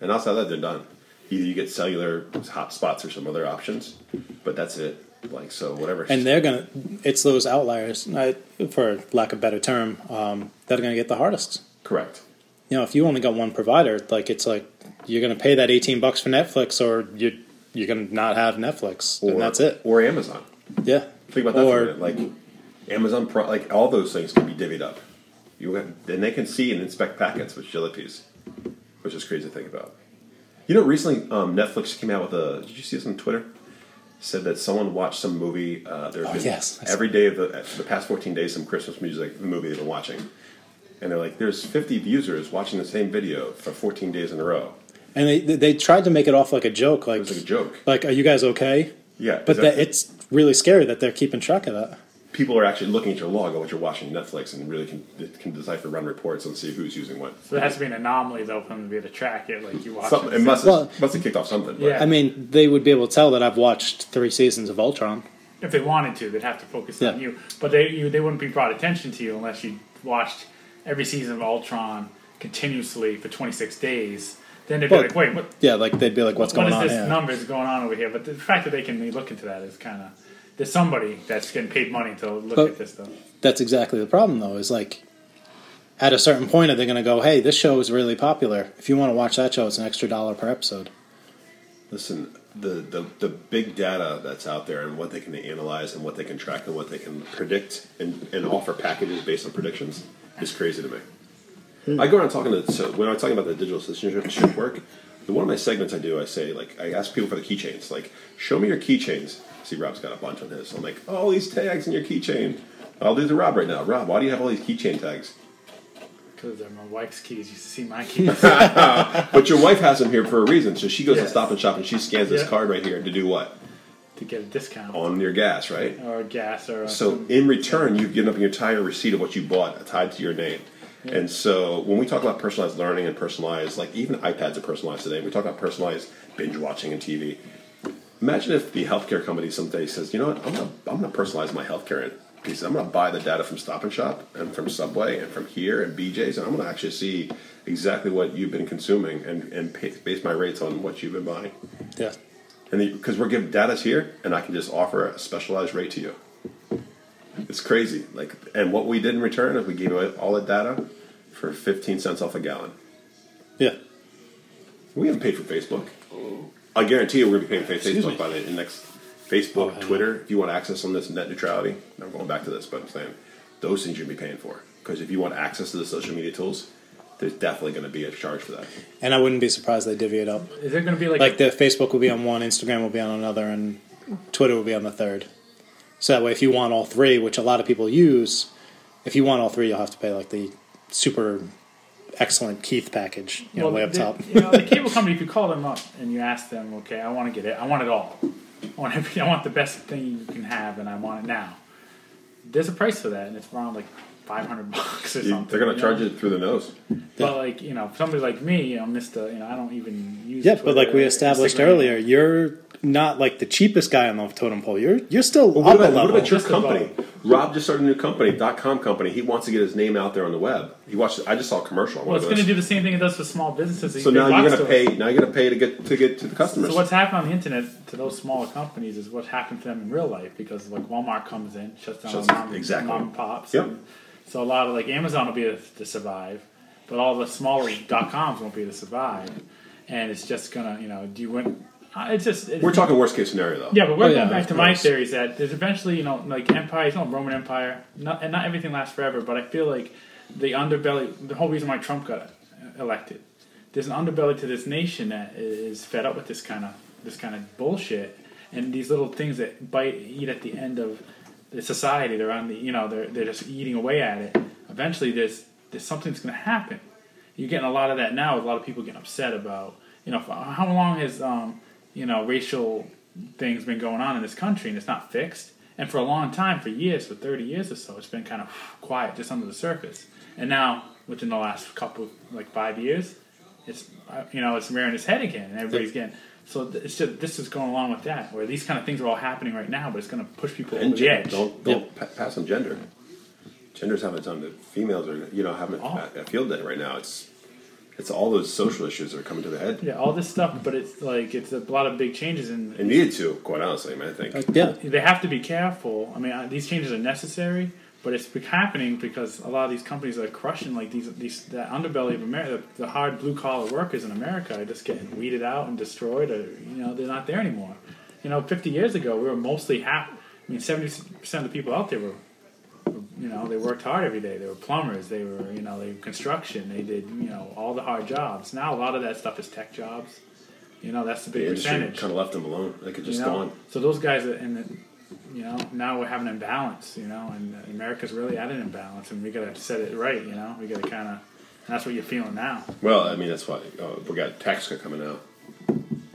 and outside that, they're done. Either you get cellular hotspots or some other options, but that's it. Like so, whatever.
and they're gonna. It's those outliers, I, for lack of better term, um, that are gonna get the hardest.
correct.
You know, if you only got one provider, like it's like you're gonna pay that eighteen bucks for Netflix, or you you're gonna not have Netflix,
Or
and that's it.
Or Amazon.
Yeah.
Think about that for
or,
a minute. Like Amazon, Pro, like all those things can be divvied up. You have, and they can see and inspect packets with jalopies, which is crazy to think about. You know, recently um, Netflix came out with a. Did you see this on Twitter? said that someone watched some movie. Uh, there's been
Oh, yes.
every day of the, the past 14 days, some Christmas music movie they've been watching, and they're like, "There's 50 users watching the same video for 14 days in a row."
And they they tried to make it off like a joke, like
It was like a joke.
like, are you guys okay?
Yeah,
But that,
exactly.
it's really scary that they're keeping track of that.
people are actually looking at your log on what you're watching Netflix and really can can decipher run reports and see who's using what.
So that has to be an anomaly though for them to be able to track it. Like you watch
Some,
it.
it must have,
Well-
must have kicked off something. but-
Yeah.
I mean, they would be able to tell that I've watched three seasons of Ultron.
if they wanted to, they'd have to focus on
Yeah.
you. But they you, they wouldn't be brought attention to you unless you watched every season of Ultron continuously for 26 days. Then they'd be
Well,
like, wait, what?
Yeah, like they'd be like, "What's
What
going
is
on
this
here?"
numbers going on over here? But the fact that they can look into that is kind of there's somebody that's getting paid money to look
But-
at this stuff.
That's exactly the problem, though. Is like, at a certain point, are they going to go, "Hey, this show is really popular. If you want to watch that show, it's an extra dollar per episode."
Listen, the, the the big data that's out there and what they can analyze and what they can track and what they can predict and, and offer packages based on predictions is crazy to me. I go around talking to so when I'm talking about the digital citizenship work. In one of my segments, I do I say like I ask people for the keychains, like show me your keychains. See, Rob's got a bunch on his. I'm like, oh, all these tags in your keychain. I'll do the Rob right now. Rob, why do you have all these keychain tags?
Because they're my wife's keys. You should see my keys.
But your wife has them here for a reason. So she goes to
Yes.
Stop and Shop and she scans this
Yeah.
card right here to do what
to get a discount
on your gas, right?
or gas or
Oh. So in return, you've given up your entire receipt of what you bought uh, tied to your name. And so when we talk about personalized learning and personalized, like even iPads are personalized today. We talk about personalized binge watching and TV. Imagine if the healthcare company someday says, you know what, I'm gonna I'm gonna personalize my healthcare piece. I'm gonna buy the data from Stop and Shop and from Subway and from here and BJ's, and I'm gonna actually see exactly what you've been consuming and and pay, base my rates on what you've been buying.
Yeah,
And because we're giving data's here, and I can just offer a specialized rate to you. It's crazy. Like, and what we did in return is we gave away all the data for fifteen cents off a gallon.
yeah.
We haven't paid for Facebook. I guarantee you, we're gonna be paying for
Excuse
Facebook
me.
by the next Facebook,
Oh, yeah.
Twitter. If you want access on this net neutrality, I'm going back to this, but I'm saying those things you're gonna be paying for because if you want access to the social media tools, there's definitely gonna be a charge for that.
And I wouldn't be surprised they divvy it up.
is there going to be like,
Like the Facebook will be on one, Instagram will be on another, and Twitter will be on the third. So that way, if you want all three, which a lot of people use, if you want all three, you'll have to pay like the super excellent Keith package, you know, way up
the,
top.
you know, the cable company, if you call them up and you ask them, okay, I want to get it, I want it all. I want, every, I want the best thing you can have, and I want it now. There's a price for that, and it's around like 500 bucks or something.
They're gonna
you
charge
know?
it through the nose.
But like you know, somebody like me, you know, Mister, you know, I don't even use.
Yeah, but
Twitter
like we
or
established
Instagram.
earlier, you're not like the cheapest guy on the totem pole. You're you're still
What
up a
about,
level.
what about your
Just about.
company? Rob just started a new company, dot com company. He wants to get his name out there on the web. He watched. I just saw a commercial. On
Well,
one
it's
of
going to
those.
do the same thing it does for small businesses. these
So
big
now you're
box
going to
stores.
pay. Now you're going to pay to get to get to the customers.
So what's happened on the internet to those smaller companies is what happened to them in real life because like Walmart comes in, shuts down
Shuts-
the mom,
exactly.
mom and pops.
Yep.
and so a lot of like Amazon will be able to survive, but all the smaller dot coms won't be able to survive, and it's just gonna you know do you win? uh, It's just it's,
We're talking worst case scenario though.
Yeah, but we're
Oh, yeah,
going back
of
to my
course.
theories that there's eventually, you know, like empires, you know, Roman Empire, not, and not everything lasts forever, but I feel like the underbelly, the whole reason why Trump got elected, there's an underbelly to this nation that is fed up with this kind of this kind of bullshit and these little things that bite eat at the end of the society. They're on the, you know, they're they're just eating away at it. Eventually, there's there's something's going to happen. You're getting a lot of that now. with A lot of people getting upset about, you know, how long has um, you know racial things been going on in this country and it's not fixed. And for a long time, for years, for 30 years or so, it's been kind of quiet, just under the surface. And now, within the last couple, like five years, it's uh, you know it's rearing its head again, and everybody's getting. So th- it's just this is going along with that, where these kind of things are all happening right now, but it's going to push people
And
over the
gen-
edge.
Don't don't pa- pass on gender. Genders haven't done the females are you know having a,
Oh.
a field day right now. It's it's all those social issues that are coming to the head.
Yeah, all this stuff, but it's like it's a lot of big changes, and
It needed to, quite honestly, man. I think.
Like, yeah,
they have to be careful. I mean, uh, these changes are necessary, but it's be- happening because a lot of these companies are crushing like these these the underbelly of America, the, the hard blue collar workers in America are just getting weeded out and destroyed, or you know they're not there anymore. You know, 50 years ago, we were mostly half. I mean, 70 percent of the people out there were you know they worked hard every day they were plumbers they were you know they were construction they did you know all the hard jobs now a lot of that stuff is tech jobs You know, that's the big
The industry
percentage.
kind of left them alone. They could
you
just
know?
go on.
So those guys, are, and then, you know, now we're having an imbalance. You know, and uh, America's really at an imbalance, and we gotta set it right. You know, we gotta kind of. That's what you're feeling now.
Well, I mean, that's why uh, we got a tax cut coming out.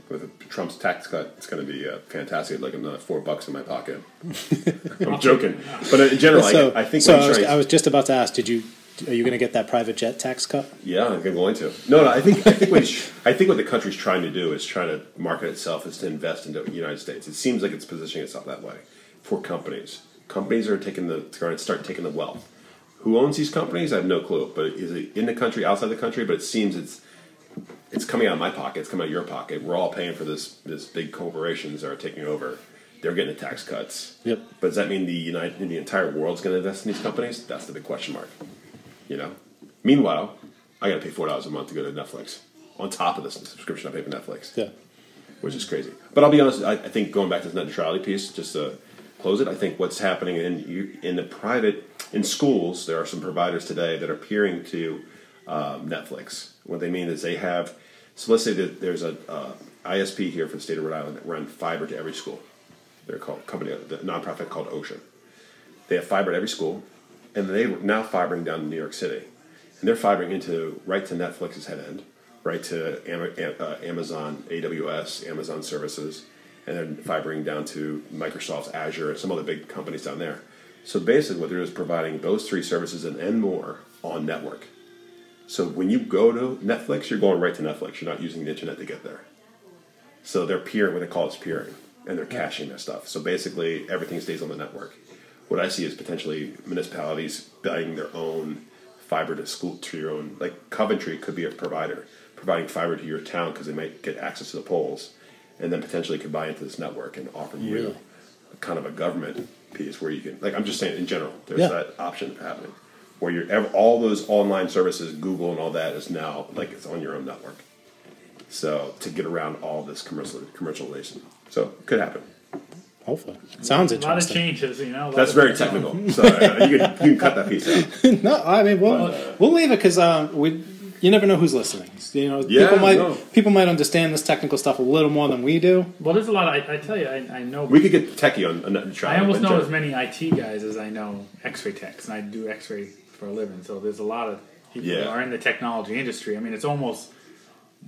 With Trump's tax cut, it's going to be uh, fantastic. Like another four bucks in my pocket. I'm joking, but in general, I-
so
I, think.
so
what
I,
he's
was,
trying-
I was just about to ask. Did you are you going to get that private jet tax cut?
Yeah, I'm going to. No, no, I think I think what it's- I think what the country's trying to do is trying to market itself is to invest into the United States. It seems like it's positioning itself that way for companies. Companies are taking the going to start taking the wealth. Who owns these companies? I have no clue. But is it in the country, outside the country? But it seems it's it's coming out of my pocket. It's coming out of your pocket. We're all paying for this. This big corporations are taking over. They're getting the tax cuts.
Yep.
But does that mean the United, the entire world's going to invest in these companies? That's the big question mark. You know. Meanwhile, I got to pay four dollars a month to go to Netflix. On top of this subscription, I pay for Netflix,
Yeah.
which is crazy. But I'll be honest. I, I think going back to this net neutrality piece, just to close it, I think what's happening in you- in the private in schools, there are some providers today that are peering to um, Netflix. What they mean is they have. So let's say that there's a uh, ISP here for the state of Rhode Island that run fiber to every school. They're called company, the nonprofit called Ocean. They have fiber at every school, and they were now fibering down to New York City, and they're fibering into right to Netflix's head end, right to Ama- Am- uh, Amazon AWS, Amazon services, and then fibering down to Microsoft's Azure and some other big companies down there. So basically, what they're doing is providing those three services and, and more on network. So when you go to Netflix, you're going right to Netflix. You're not using the internet to get there. So they're peering, what they call is peering, and they're caching their stuff. So basically, everything stays on the network. What I see is potentially municipalities buying their own fiber to school to your own. Like Coventry could be a provider providing fiber to your town because they might get access to the poles, and then potentially could buy into this network and offer you
Really?
a kind of a government piece where you can. Like I'm just saying in general, there's
Yeah.
that option happening where you're ev- all those online services, Google and all that is now like it's on your own network. So to get around all this commercial commercialization, so it could happen.
Hopefully, sounds
A lot of
interesting.
changes, you know. a lot
That's
of-
very technical. So uh, you can you can cut that piece out.
no, I mean we'll
uh,
we'll leave it because um, we you never know who's listening. You know,
Yeah,
people might
no.
people might understand this technical stuff a little more than we do.
Well, there's a lot. Of, I, I tell you, I, I know.
We could get techie on, on that.
I almost know as many IT guys as I know X-ray techs, and I do X-ray for a living. So there's a lot of people that
Yeah.
are in the technology industry. I mean, it's almost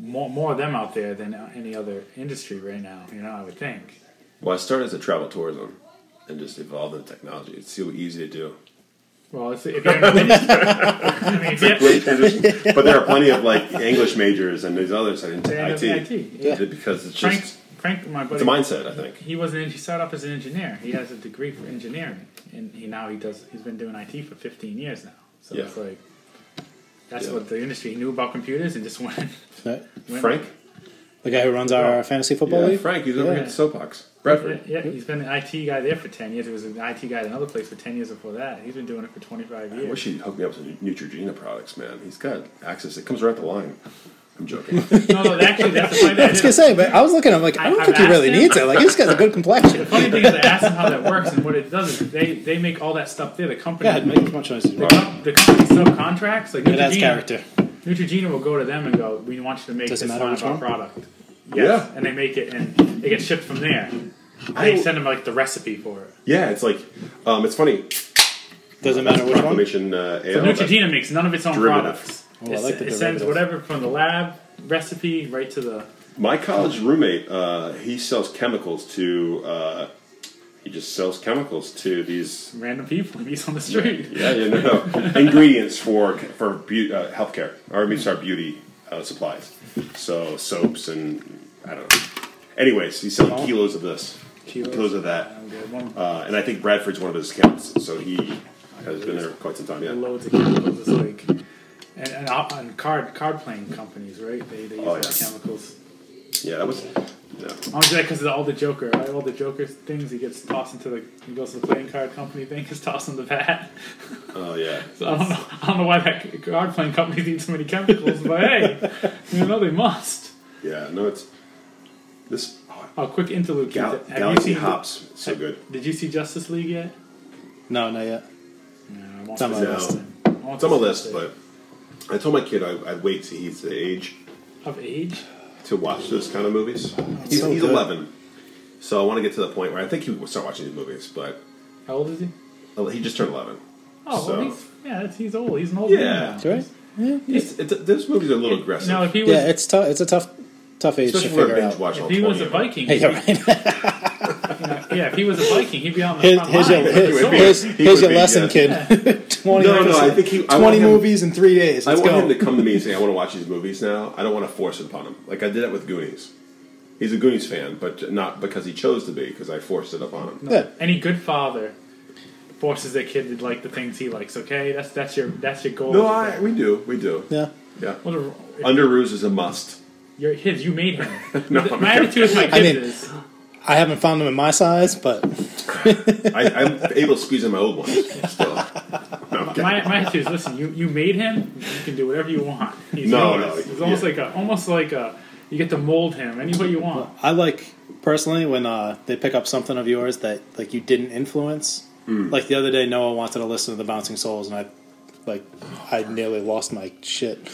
more more of them out there than uh, any other industry right now. You know, I would think.
Well, I started as a travel tourism and just evolved into technology. It's so easy to do.
Well, it's, if you're in the industry, I mean, if you-
but there are plenty of like English majors and these others in
They end up
IT,
in IT, yeah.
because it's
Frank,
just
Frank, my buddy,
it's a mindset. I think.
he was an he started off as an engineer. He has a degree for engineering, and he now he does. He's been doing IT for 15 years now. So
Yeah.
it's like that's
Yeah.
what the industry he knew about computers and just went.
Right?
went
Frank,
The guy who runs our fantasy football
yeah,
league.
Frank, he's over here
Yeah.
at the soapbox, Bradford.
Yeah, he's been an IT guy there for 10 years. He was an IT guy at another place for 10 years before that. He's been doing it for 25
I
years.
wish he'd hook me up with some Neutrogena products, man. He's got access. It comes right up the line. I'm joking.
No, no, actually, that's the funny
I was
thing.
gonna say, but I was looking. I'm like, I
I-
don't
I've
think he really
asked him.
needs it. Like, this guy's a good complexion.
The funny thing is, I asked him how that works, and what it does is they, they make all that stuff there. The company,
Yeah, make as much noise as you
the,
want.
com- the company subcontracts. Like
It adds
Neutrogena-
character.
Neutrogena will go to them and go, "We want you to make
Doesn't
this
matter
line
which
of our
one?
product."
Yeah.
and they make it, and it gets shipped from there. They send them like the recipe for it.
Yeah, it's like, um, it's funny.
Doesn't matter which one.
Proclamation uh,
So
AL, that's-
Neutrogena makes none of its own
Derivative.
products.
Oh, I
It s-
like the
it sends
derivative.
whatever from the lab recipe right to the
My college roommate, uh, he sells chemicals to. Uh, he just sells chemicals to these.
random people and he's on the street.
Yeah, you know, ingredients for for beauty, uh, healthcare, or I mean, sorry, beauty uh, supplies. So soaps and I don't know. Anyways, he's selling kilos of this,
Kilos.
kilos of that.
Um, yeah, one-
Uh, and I think Bradford's one of his accounts, so he has been there quite some time. Yeah.
Loads of chemicals, it's like, and, and, op- and card card playing companies, right? They, they use
Oh,
all the
yeah.
chemicals.
Yeah, that was. Yeah.
Only that because of all the Joker, right? all the Joker things. He gets tossed into the, he goes to the playing card company thing, gets tossed in the vat.
Oh yeah.
So I don't know, I don't know why that card playing company needs so many chemicals, but hey, you know they must.
Yeah. No, it's this oh,
A quick interlude. Keith.
Gal-
Have you
Galaxy
seen-
Hops so good.
Did you see Justice League yet?
No, not yet.
No, I won't
It's on my
say
No.
list.
that. I won't
It's on my
say
list,
that.
but I told my kid I, I'd wait till he's the age.
of age.
to watch those kind of movies. He's,
so
he's
good.
11, so I want to get to the point where I think he would start watching these movies, but
How old is he?
he just turned 11.
Oh,
So-
well, he's, yeah, that's, he's old. He's an old
Yeah,
man.
Right?
it's, it's, those movies are a little aggressive,
Now, if he was,
Yeah, it's tough. It's a tough, tough age
especially
to
for a
figure
binge
out.
watch.
if
all
he
20
was a
of them.
Viking,
Hey, you're right.
yeah, if he was a Viking, he'd be on the
Here's,
front
here's your,
line. with a
here's,
sword.
here's,
He
here's
would
your
be,
lesson,
yeah.
kid. 20,
No, no, I
episodes.
think he- I
20
want him-
movies in three days.
I
Let's
want
go.
him to come to me and say, "I want to watch these movies now." I don't want to force it upon him. Like I did it with Goonies. He's a Goonies fan, but not because he chose to be, because I forced it upon him.
yeah.
Any good father forces their kid to like the things he likes. Okay, that's that's your that's your goal.
No, I we do, we do.
yeah.
Yeah,
What a- if
Under Ruse is a must.
you're his. You made him.
No,
My attitude with my kids
I mean-
is
I haven't found them in my size, but
I, I'm able to squeeze in my old ones still. No, I'm kidding.
my, my attitude is listen. You, you made him. You can do whatever you want. He's
No,
yours.
no,
it's almost
yeah.
like a almost like a you get to mold him any way you want.
I like personally when uh, they pick up something of yours that like you didn't influence.
Hmm.
Like the other day, Noah wanted to listen to the Bouncing Souls, and I like I nearly lost my shit.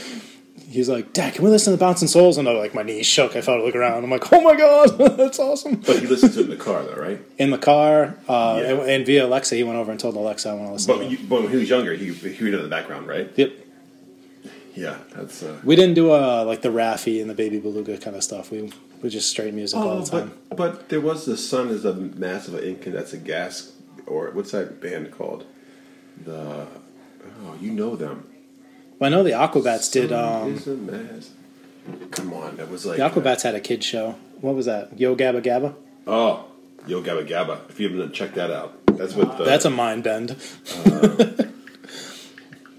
He's like, "Dad, can we listen to the Bouncing Souls?" And I like my knees shook. I fell to the ground. I'm like, "Oh my god, that's awesome!"
but he listens to it in the car, though, right?
In the car, uh,
Yeah.
and, and via Alexa, he went over and told Alexa, "I want to listen." to
But,
it."
you, but when he was younger, he he would in the background, right?
Yep.
Yeah, that's. Uh,
We didn't do uh, like the Raffy and the Baby Beluga kind of stuff. We we just straight music all
oh,
the time.
but but there was the sun is a massive incandescent. That's a gas, or what's that band called? The oh, you know them.
Well, I know the Aquabats did.
Sun
Um,
is a mass- Come on, that was like
The Aquabats had a kid show. What was that? Yo Gabba Gabba.
Oh, Yo Gabba Gabba. If you haven't checked that out, that's what the.
That's a mind bend.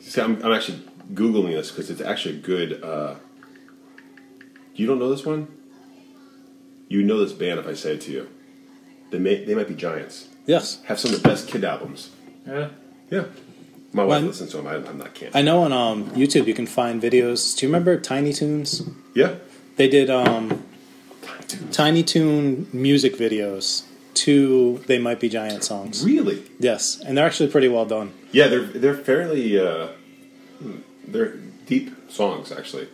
See, I'm, I'm actually googling this because it's actually a good. Uh, you don't know this one. You know this band if I say it to you. They may they might be giants.
Yes,
Have some of the best kid albums.
Yeah.
Yeah, my wife
When-
listens to them. I, I'm not kidding.
I know on um, YouTube you can find videos. Do you remember Tiny Toons?
yeah,
They did um, Tiny Toon music videos to "They Might Be Giant" songs.
really.
Yes, and they're actually pretty well done.
Yeah, they're they're fairly uh, they're deep songs actually.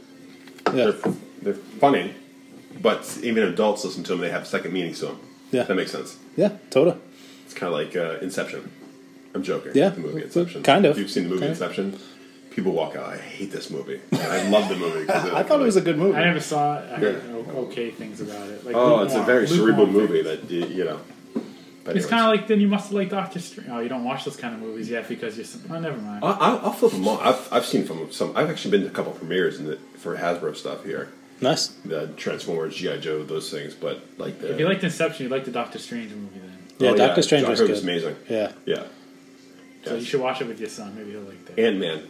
Yeah,
They're they're funny, but even adults listen to them. They have second meanings to them.
Yeah.
that makes sense.
yeah, total.
It's kind of like uh, Inception. I'm joking.
Yeah,
the movie Inception.
kind of.
You've seen the movie
Kind of.
Inception. People walk out. I hate this movie. And I love the movie.
I thought it was a good movie.
I never saw it. I heard
Yeah.
o- okay things about it. Like
Oh, it's a
lukewarm-
very cerebral
lukewarm
movie
things.
that y- you know. But
It's
anyways.
kind of like then you must have liked Doctor Strange. Oh, you don't watch those kind of movies yet because you're. some- Oh, never mind.
I- I'll, I'll flip them off. I've, I've seen from some. I've actually been to a couple premieres in the, for Hasbro stuff here,
nice.
the Transformers, GI Joe, those things. But like the
if you liked Inception, you liked the Doctor Strange movie then.
Yeah,
oh,
Doctor Strange
I
was
heard
good.
It was amazing.
Yeah,
Yeah,
So you should watch it with your son. Maybe he'll like that.
Ant Man.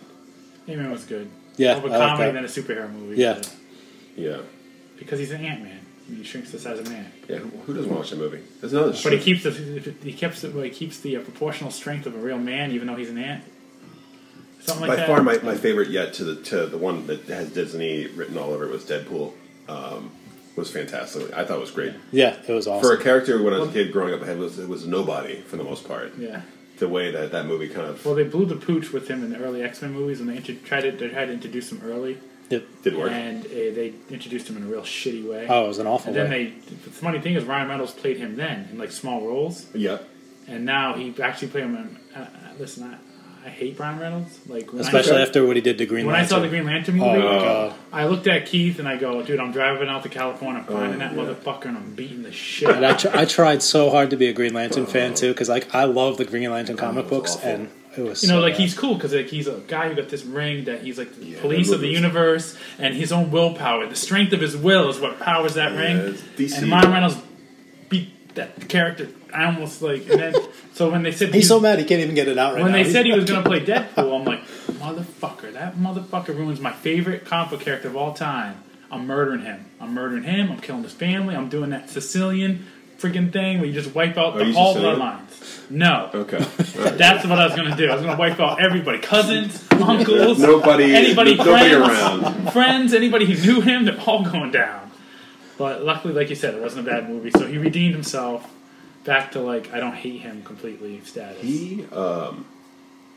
Ant-Man was good.
Yeah,
More of a
I like
comedy
that.
than a superhero movie.
Yeah.
but-
Yeah,
because he's an Ant-Man. I mean, He shrinks the size of man,
yeah. Who who doesn't watch that movie? There's another.
but he keeps the he keeps the, well, he keeps the uh, proportional strength of a real man, even though he's an ant. Something like
By
that.
far, my, my favorite yet to the to the one that has Disney written all over it was Deadpool. Um, was fantastic. I thought it was great
yeah, it was
for
awesome.
a character when I was a kid growing up. I had was it was nobody for the most part.
yeah.
The way that that movie kind of
Well, they blew the pooch with him in the early X Men movies when they inter- tried to they tried to introduce him early,
Yep.
did work.
and uh, they introduced him in a real shitty way.
Oh, it was an awful.
and then
way.
they the funny thing is Ryan Reynolds played him then in like small roles,
Yeah,
and now he actually played him. In, uh, uh, listen, I, I hate Ryan Reynolds. Like when
Especially
I,
after what he did to Green
when I
Lantern.
saw the Green Lantern movie,
oh my
Oh.
god.
I looked at Keith and I go, dude, I'm driving out to California, I'm finding that
Oh, yeah.
motherfucker, and I'm beating the shit. out
And
of
I,
him.
tr- I tried so hard to be a Green Lantern fan too, because like I love the Green Lantern comic
was
books,
awful.
and it was
You know,
so
like
bad.
he's cool because like he's a guy who got this ring that he's like the
Yeah,
police
that
of the
movie was-
universe, and his own willpower, the strength of his will, is what powers that
Yeah,
ring.
it's DC.
And Ryan Reynolds beat that character. I almost like, and then so when they said
he's so mad he can't even get it out right
when
now.
they
He's-
said he was going to play Deadpool, I'm like, motherfucker, that motherfucker ruins my favorite comic book character of all time. I'm murdering him. I'm murdering him. I'm killing his family. I'm doing that Sicilian freaking thing where you just wipe out
Are
the
you
whole
Sicilian? Oh,
bloodlines. No.
okay. All right.
That's what I was going to do. I was going to wipe out everybody. Cousins, uncles,
Nobody-
anybody,
nobody
friends,
around.
friends, anybody who knew him, they're all going down. But luckily, like you said, it wasn't a bad movie. So he redeemed himself back to, like, I don't hate him completely status.
He, um,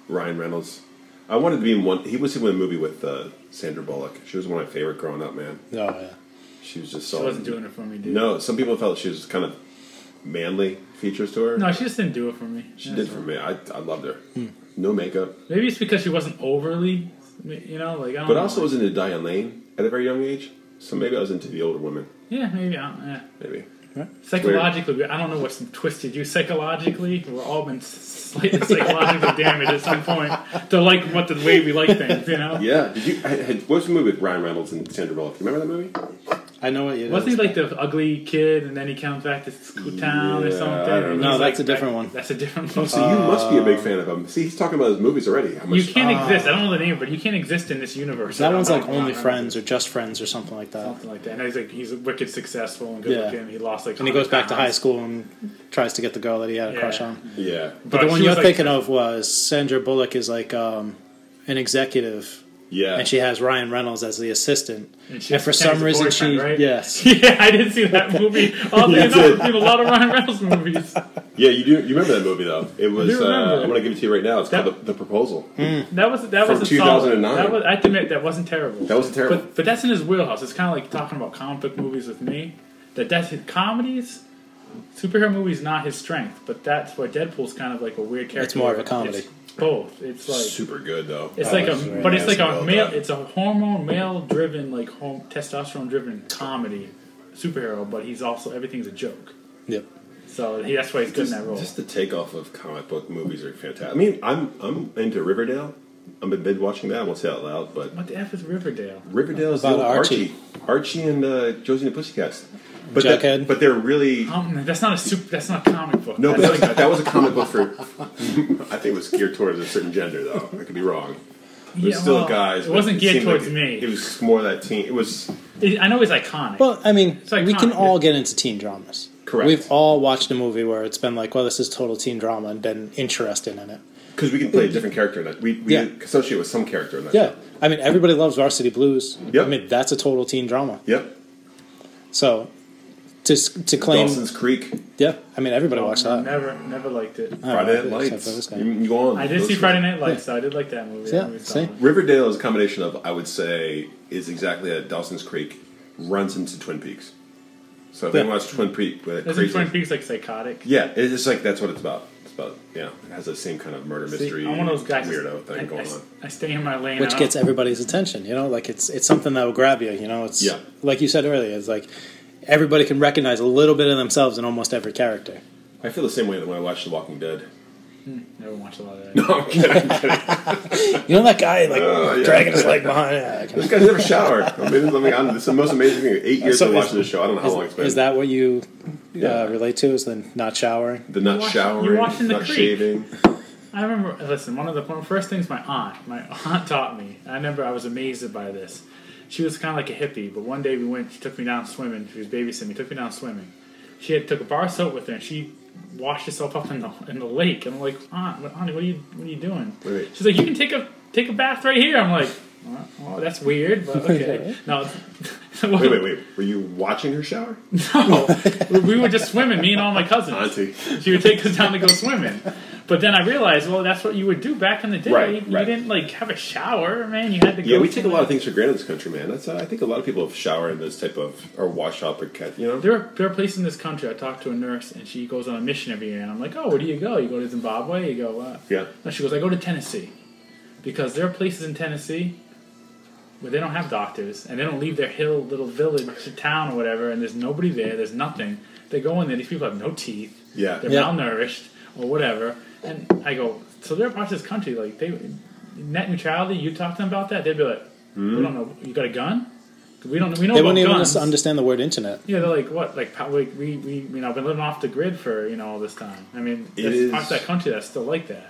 Ryan Reynolds. I wanted to be in one. He was in one movie with uh, Sandra Bullock. She was one of my favorite growing up, man.
oh yeah,
She was just
She
so.
wasn't doing it for me, dude.
No, some people felt she was kind of manly features to her.
No, she just didn't do it for me.
she did for me. I, I loved her.
Hmm.
No makeup,
Maybe it's because she wasn't overly, you know, like I don't
but
know.
also was into Diane Lane at a very young age. So maybe I was into the older women.
yeah, maybe I don't, yeah.
Maybe
Psychologically, we- I don't know what's twisted you psychologically. We're all been slightly psychologically damaged at some point to like what the way we like things, you know.
Yeah. Did you? I had, what was the movie with Ryan Reynolds and Sandra Bullock? You remember that movie?
I know what you.
Wasn't he like the ugly kid, and then he comes back to school town or
Yeah, I
something?
don't
and
know.
he's
No,
like-
that's a different one.
That's a different one.
So you must be a big fan of him. See, he's talking about his movies already. How much
Uh, you can't exist. I don't know the name, but you can't exist in this universe. I
Uh, That
don't
one's
know.
like only friends or just friends or something like that.
something like that. And he's like he's wicked successful and good
Yeah.
looking. He lost like
And he goes back to high school and tries to get the girl that he had a
Yeah.
crush on.
uh, Yeah.
But, the one
she
you're
was, like-
thinking of was Sandra Bullock is like um, an executive,
Yeah.
and she has Ryan Reynolds as the assistant.
And
And,
she has
for
to
some
pretend he's a
reason, she
boyfriend, right?
yes,
Yeah, I did see that movie. All
You
yeah,
did.
I've seen a lot of Ryan Reynolds movies.
yeah, you do. You remember that movie though? It was.
do remember
Uh,
it.
I'm gonna give it to you right now. It's
That- Hmm.
called the, the Proposal.
That was that was
From
a solid.
2009.
That was, I have to admit that wasn't terrible.
That wasn't terrible.
But, but that's in his wheelhouse. It's kind of like talking about comic book movies with me. That that's his comedies. Superhero movies not his strength, but that's where Deadpool's kind of like a weird character.
It's more of a
It's
comedy.
both. It's like
Super good though.
It's
Uh,
like
it's
a,
very
but it's like
nice
a
about
male.
that.
It's a hormone male driven, like home, testosterone driven comedy superhero. But he's also everything's a joke.
yep.
So he, that's why he's good in that role.
Just the takeoff of comic book movies are fantastic. I mean, I'm I'm into Riverdale. I'm been binge watching that. I won't say it out loud, but
what the f is Riverdale?
Riverdale is the
About
old Archie.
Archie.
Archie, and uh, Josie and the Pussycats. But that-
Jughead.
but they're really
Um, that's not a super. That's not a comic book.
no. But that,
that's
was,
like a-
that was a comic book for. I think it was geared towards a certain gender, though. I could be wrong. It was
yeah,
still
well,
guys.
It
but
wasn't geared
seemed like
towards
it-
me.
It was more that teen. It was
It- I know he's iconic.
Well, I mean,
like
we can
comedy.
all get into teen dramas.
Correct.
We've all watched a movie where it's been like, well, this is total teen drama and been interested in it.
because we can play a different character in that. We, we
Yeah.
associate with some character in that.
Yeah. I mean, everybody loves Varsity Blues.
Yep.
I mean, that's a total teen drama.
Yep.
So to, s- to claim.
Dawson's Creek.
Yeah. I mean, everybody watched that.
Never, never liked it.
I don't
Friday Night
know, except for this
Lights.
guy.
You, you go on.
I did
Those
see
guys.
Friday Night Lights, so I did like that movie. That
Yeah,
movie's
see?
solid.
Riverdale is a combination of, I would say, is exactly that Dawson's Creek runs into Twin Peaks. So if
Yeah.
you watch Twin Peak, with that
Isn't
crazy,
Twin Peaks like psychotic?
yeah, it's just like that's what it's about. It's about yeah, it has that same kind of murder
See,
mystery,
I'm one of those guys.
weirdo thing
I,
going
I-
on.
I stay in my lane.
which
I don't-
gets everybody's attention. You know, like it's it's something that will grab you. You know, it's
Yeah.
like you said earlier. It's like everybody can recognize a little bit of themselves in almost every character.
I feel the same way that when I watch The Walking Dead.
Never watched a lot of that.
No, I'm kidding. I'm kidding.
You know that guy like
Oh, yeah.
dragging his leg behind. Yeah, I can-
this guy's never showered. I mean, I mean, I'm- this is the most amazing thing. Eight years
So
of
is-
watching this show. I don't know how long it's been.
Is that what you
Yeah.
uh, relate to? Is the not showering?
the not
You watch- you
showering,
watch in the
not
creek.
shaving?
I remember. Listen, one of the one of the first things my aunt, my aunt taught me. I remember I was amazed by this. She was kind of like a hippie, but one day we went. She took me down swimming. She was babysitting me. Took me down swimming. She had took a bar of soap with her, and she washed herself up in the in the lake. And I'm like, aunt, what, honey, what are you what are you doing?
Wait.
She's like, you can take a take a bath right here. I'm like, "Well, well, that's weird, but okay. No,
Wait, wait, wait. Were you watching her shower?
no. We were just swimming, me and all my cousins.
Auntie.
She would take us down to go swimming. But then I realized, well, that's what you would do back in the day.
Right,
you
right.
didn't like have a shower, man. You had to go.
Yeah, we take a lot of things for granted in this country, man. That's uh, I think a lot of people shower in this type of or wash up or cut. You know,
There are, there are places in this country. I talked to a nurse, and she goes on a mission every year. And I'm like, oh, where do you go? You go to Zimbabwe? You go? Uh,
Yeah.
No, she goes, I go to Tennessee, because there are places in Tennessee where they don't have doctors, and they don't leave their hill little village to town or whatever, and there's nobody there. There's nothing. They go in there. These people have no teeth.
Yeah.
They're
Yeah.
malnourished or whatever. And I go, so there are parts of this country like they net neutrality. You talk to them about that, they'd be like, we don't know. You got a gun? We don't. We know
Hmm. They
about
wouldn't even
guns.
understand the word internet.
Yeah, they're like what? Like how- like we we you know been living off the grid for you know all this time. I mean,
It
there's
is-
parts of that country that's still like that.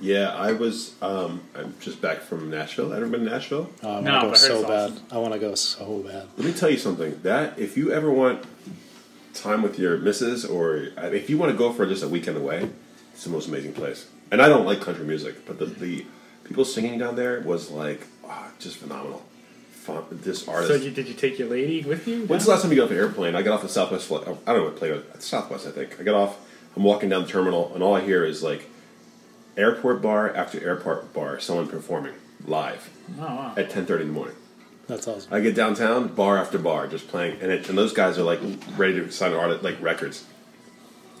Yeah, I was. Um, I'm just back from Nashville. Ever been to Nashville?
Oh, I want to
No,
go
but
so
hers
bad.
awesome.
I want to go so bad.
Let me tell you something. That if you ever want time with your missus, or I mean, if you want to go for just a weekend away, it's the most amazing place. And I don't like country music, but the, the people singing down there was like ah, just phenomenal. Fun, this artist.
So you, did you take your lady with you?
When's the last time you got off an airplane? I got off the Southwest flight. Oh, I don't know what plane. it was. Southwest, I think. I got off. I'm walking down the terminal, and all I hear is like airport bar after airport bar, someone performing live
Oh wow.
at 10:30 in the morning.
That's awesome.
I get downtown, bar after bar, just playing, and it, and those guys are like ready to sign art like records.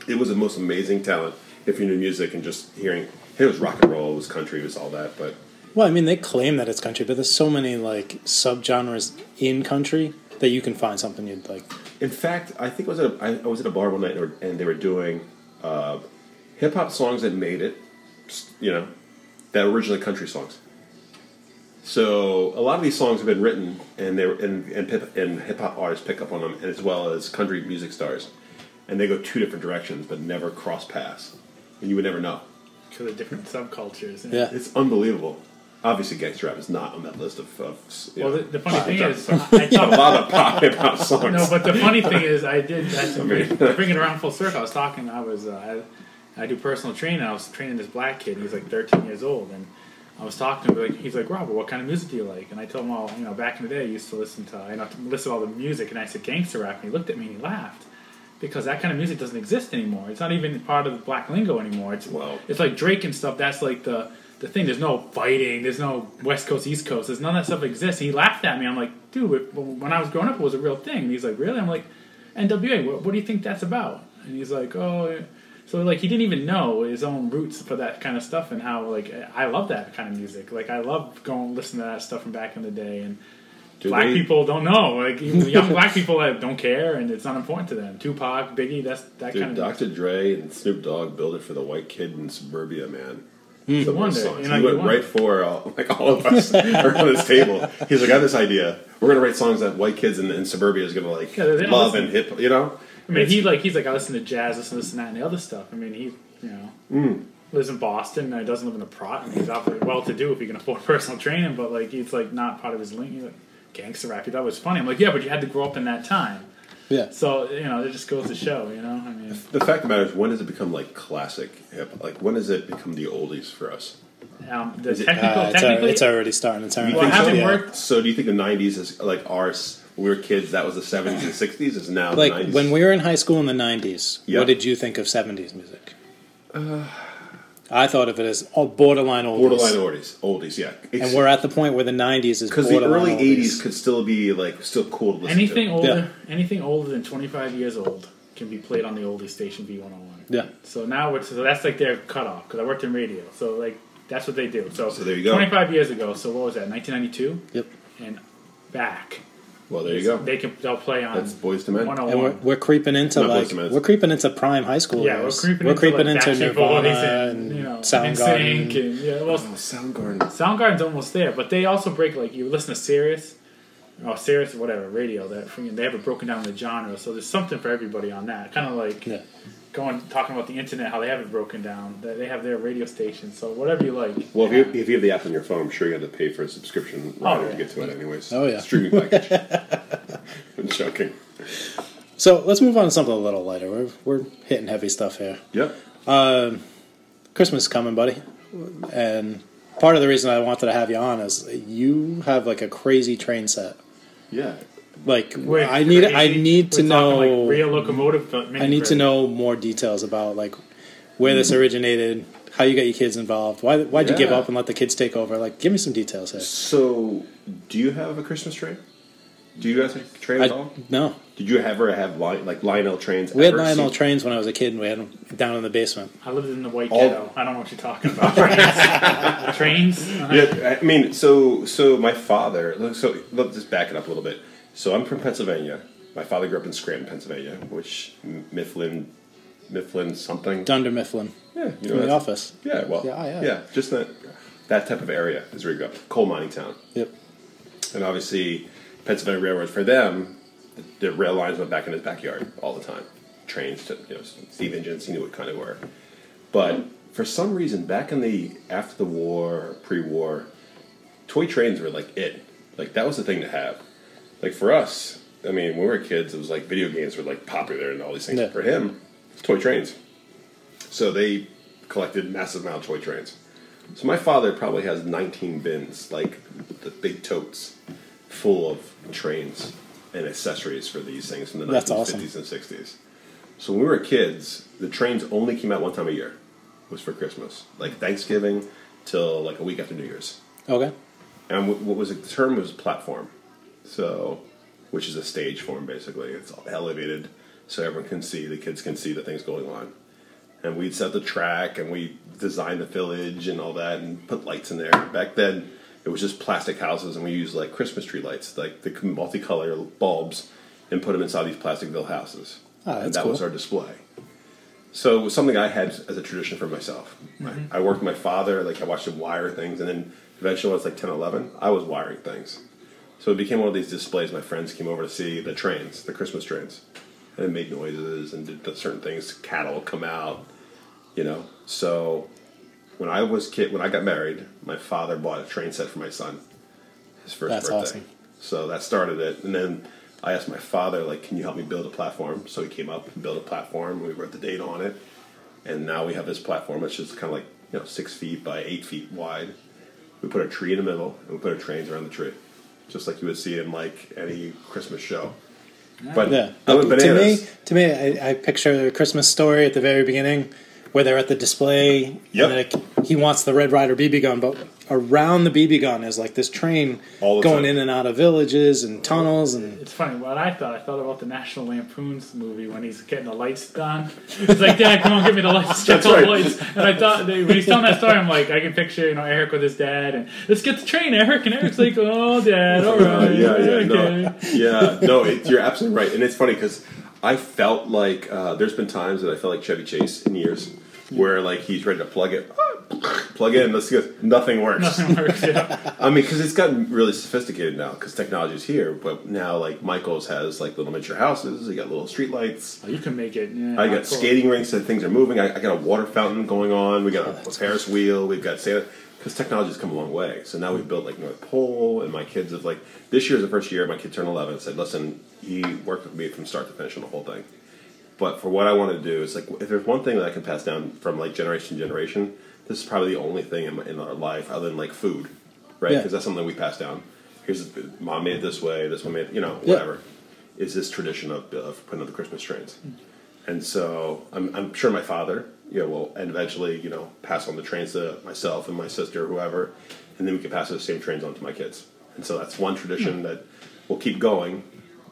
It was the most amazing talent if you're into music and just hearing. It was rock and roll, it was country, it was all that, but
Well, I mean, they claim that it's country, but there's so many like subgenres in country that you can find something you'd like.
In fact, I think I was at a, I, I was at a bar one night and they were, and they were doing uh, hip hop songs that made it, s- you know, that were originally country songs. So a lot of these songs have been written, and they were- and and, pip- and hip hop artists pick up on them, as well as country music stars, and they go two different directions, but never cross paths, and you would never know.
because of different subcultures. And
Yeah.
It's unbelievable. Obviously, gangster rap is not on that list of. of s- you
Well,
know,
the, the funny
pop
thing
genre.
is, I, I
a
thought.
lot of pop hip hop songs.
No, but the funny thing is, I did. That's
mean-
bring it around full circle. I was talking. I was. Uh, I, I do personal training. I was training this black kid. He's like 13 years old, and I was talking to him. Like, he's like, Robert, what kind of music do you like? And I told him, well, you know, back in the day, I used to listen to, you know, to listen to all the music, and I said gangster rap. And he looked at me and he laughed because that kind of music doesn't exist anymore. It's not even part of the black lingo anymore. It's
Wow.
it's like Drake and stuff. That's like the the thing. There's no fighting. There's no West Coast East Coast. There's none of that stuff exists. And he laughed at me. I'm like, dude, it, when I was growing up, it was a real thing. And he's like, really? I'm like, NWA. What, what do you think that's about? And he's like, oh. yeah." So like he didn't even know his own roots for that kind of stuff and how like I love that kind of music. Like I love going listen to that stuff from back in the day and
Do
black
they-
people don't know. Like even the young black people that don't care, and it's not important to them. Tupac, Biggie, that's that
Dude,
kind of
Dr. Dre and Snoop Dogg build it for the white kid in suburbia, man. Some of
wonder,
those songs.
you know,
he
you
went
wonder.
right for all, like all of us around this table. He's like, I have this idea. We're gonna write songs that white kids in, in suburbia is gonna like
Yeah, they don't
love
listen.
and hip. You know,
I mean, he like he's like I listen to jazz, listen to this and that and the other stuff. I mean, he you know lives in Boston and he doesn't live in a prot, and he's out well to do if he can afford personal training. But like he's like not part of his link. He's like gangster rap. He thought it was funny. I'm like, yeah, but you had to grow up in that time.
Yeah.
So you know, it just goes to show. You know, I mean,
the fact of the matter is, when does it become like classic hip? Like, when does it become the oldies for us?
um, the
it-
technical
Uh, it's, al-
technically
it's already starting. It's already.
Well,
Think so?
having
yeah.
worked
So, do you think the '90s is like ours? When we were kids, that was the '70s and '60s. Is now
Like
the '90s?
when we were in high school in the '90s,
Yeah.
what did you think of '70s music? I thought of it as all borderline oldies,
borderline oldies, oldies, yeah.
and we're at the point where the '90s is
because the early
borderline
'80s
oldies.
could still be like still cool to listen
anything
to.
older, anything older than 25 years old can be played on the oldie station V101.
Yeah.
So now it's so that's like their cutoff because I worked in radio, so like that's what they do. So,
So there you go.
25 years ago. So what was that? 1992
Yep.
and back.
Well, there you go.
They can they'll play on.
That's Boys to Men.
And we're,
101.
we're creeping into
Not
like
Boyz II Men's.
we're creeping into prime high school.
yeah, we're
years.
creeping
we're
into,
creeping
like,
into
Backstreet
Nirvana
Boys
and,
you know,
Soundgarden.
NSYNC and, yeah, well,
Oh, Soundgarden.
Soundgarden's almost there, but they also break like you listen to Sirius or Sirius or whatever radio. That freaking they have it broken down the genre, so there's something for everybody on that. Kind of like
Yeah.
going talking about the internet, how they have it broken down. That they have their radio station, so whatever you like.
Well, if you, if you have the app on your phone, I'm sure you have to pay for a subscription right
yeah.
to get to it, anyways.
Oh, yeah.
streaming package. I'm joking.
So let's move on to something a little lighter. We're we're hitting heavy stuff here.
Yep.
Christmas is coming, buddy. And part of the reason I wanted to have you on is you have like a crazy train set.
Yeah.
Like
We're
I need I
crazy.
need to
We're
know
talking, like, real locomotive. But
I need to know more details about like where this originated, how you got your kids involved, why why'd you give
Yeah.
up and let the kids take over? Like give me some details here.
So, do you have a Christmas tree? Do you guys have a train at
I,
all?
no,
Did you ever have Lion, like Lionel trains?
we had
ever
Lionel
seen-
trains when I was a kid, and we had them down in the basement.
I lived in the white
All-
ghetto. I don't know what you're talking about. Trains. Trains. Uh-huh.
Yeah, I mean, so so my father. look, So let's just back it up a little bit. So I'm from Pennsylvania. My father grew up in Scranton, Pennsylvania, which Mifflin, Mifflin something.
Dunder Mifflin,
Yeah, you know
in the
that's-
office.
Yeah, well,
Yeah, yeah.
yeah, just that that type of area is where you grew up, coal mining town,
Yep.
and obviously Pennsylvania Railroad for them, the, the rail lines went back in his backyard all the time, trains to you know steam engines, he knew what kind of were, but for some reason back in the after the war, pre-war, toy trains were like it, like that was the thing to have, like for us, I mean when we were kids it was like video games were like popular and all these things.
Yeah.
For him, it's toy trains. So they collected massive amount of toy trains. So my father probably has 19 bins, like the big totes, full of trains and accessories for these things from the
That's
1950s
awesome.
and 60s. So when we were kids, the trains only came out one time a year. It was for Christmas, like Thanksgiving till like a week after New Year's.
Okay.
And wh- what was it- the term was platform. So, which is a stage form basically. It's elevated so everyone can see, the kids can see the things going on. And we'd set the track and we designed the village and all that and put lights in there. Back then, it was just plastic houses and we used like Christmas tree lights, like the multicolor bulbs, and put them inside these plasticville houses.
Oh, that's
and that was
cool.
our display. So it was something I had as a tradition for myself.
Mm-hmm.
I, I worked with my father, like I watched him wire things, and then eventually when I was like 10, 11, I was wiring things. So it became one of these displays my friends came over to see the trains, the Christmas trains. And it made noises and did th- certain things, cattle would come out, you know. So when I was kid, when I got married, my father bought a train set for my son, his first
That's
birthday.
awesome.
So that started it. And then I asked my father, like, can you help me build a platform? So he came up and built a platform. We wrote the date on it. And now we have this platform, which is kind of like, you know, six feet by eight feet wide. We put a tree in the middle and we put our trains around the tree, just like you would see in like any Christmas show. But
Yeah.
other
Like, to me,
bananas,
to me, I, I picture the Christmas story at the very beginning where they're at the display.
Yep.
And like, he wants the Red Rider BB gun, but around the BB gun is like this train
All the
going
time.
in and out of villages and tunnels and
It's funny what I thought. I thought about the National Lampoon's movie when he's getting the lights done. He's like, "Dad, come on, give me the lights, check
That's
all the
right.
lights." And I thought they, when he's telling that story, I'm like, I can picture you know Eric with his dad, and let's get the train, Eric, and Eric's like, "Oh, Dad, all
Uh,
right,
yeah, yeah,
okay."
no, yeah, no. It, you're absolutely right, and it's funny because I felt like uh, there's been times that I felt like Chevy Chase in years where like he's ready to plug it, plug in, let's go, nothing works.
Nothing works. Yeah.
I mean, because it's gotten really sophisticated now because technology's here, but now like Michaels has like little miniature houses, you got little street lights.
Oh, You can make it. Yeah,
I got
cool.
skating rinks and things are moving. I, I got a water fountain going on. We
Oh,
got a Ferris wheel. We've got Santa. Because technology's come a long way. So now we've built like North Pole, and my kids have like this year's the first year my kid turned 11 and said, "Listen, he worked with me from start to finish on the whole thing." But for what I want to do is like, if there's one thing that I can pass down from like generation to generation, this is probably the only thing in, my, in our life other than like food, right?
Yeah.
Because that's something we pass down. Here's mom made it this way. This one made it, you know
Yeah.
whatever. Is this tradition of, of putting on the Christmas trains? And so I'm, I'm sure my father, you know, will eventually, you know, pass on the trains to myself and my sister, or whoever, and then we can pass those same trains on to my kids. And so that's one
Hmm.
tradition that will keep going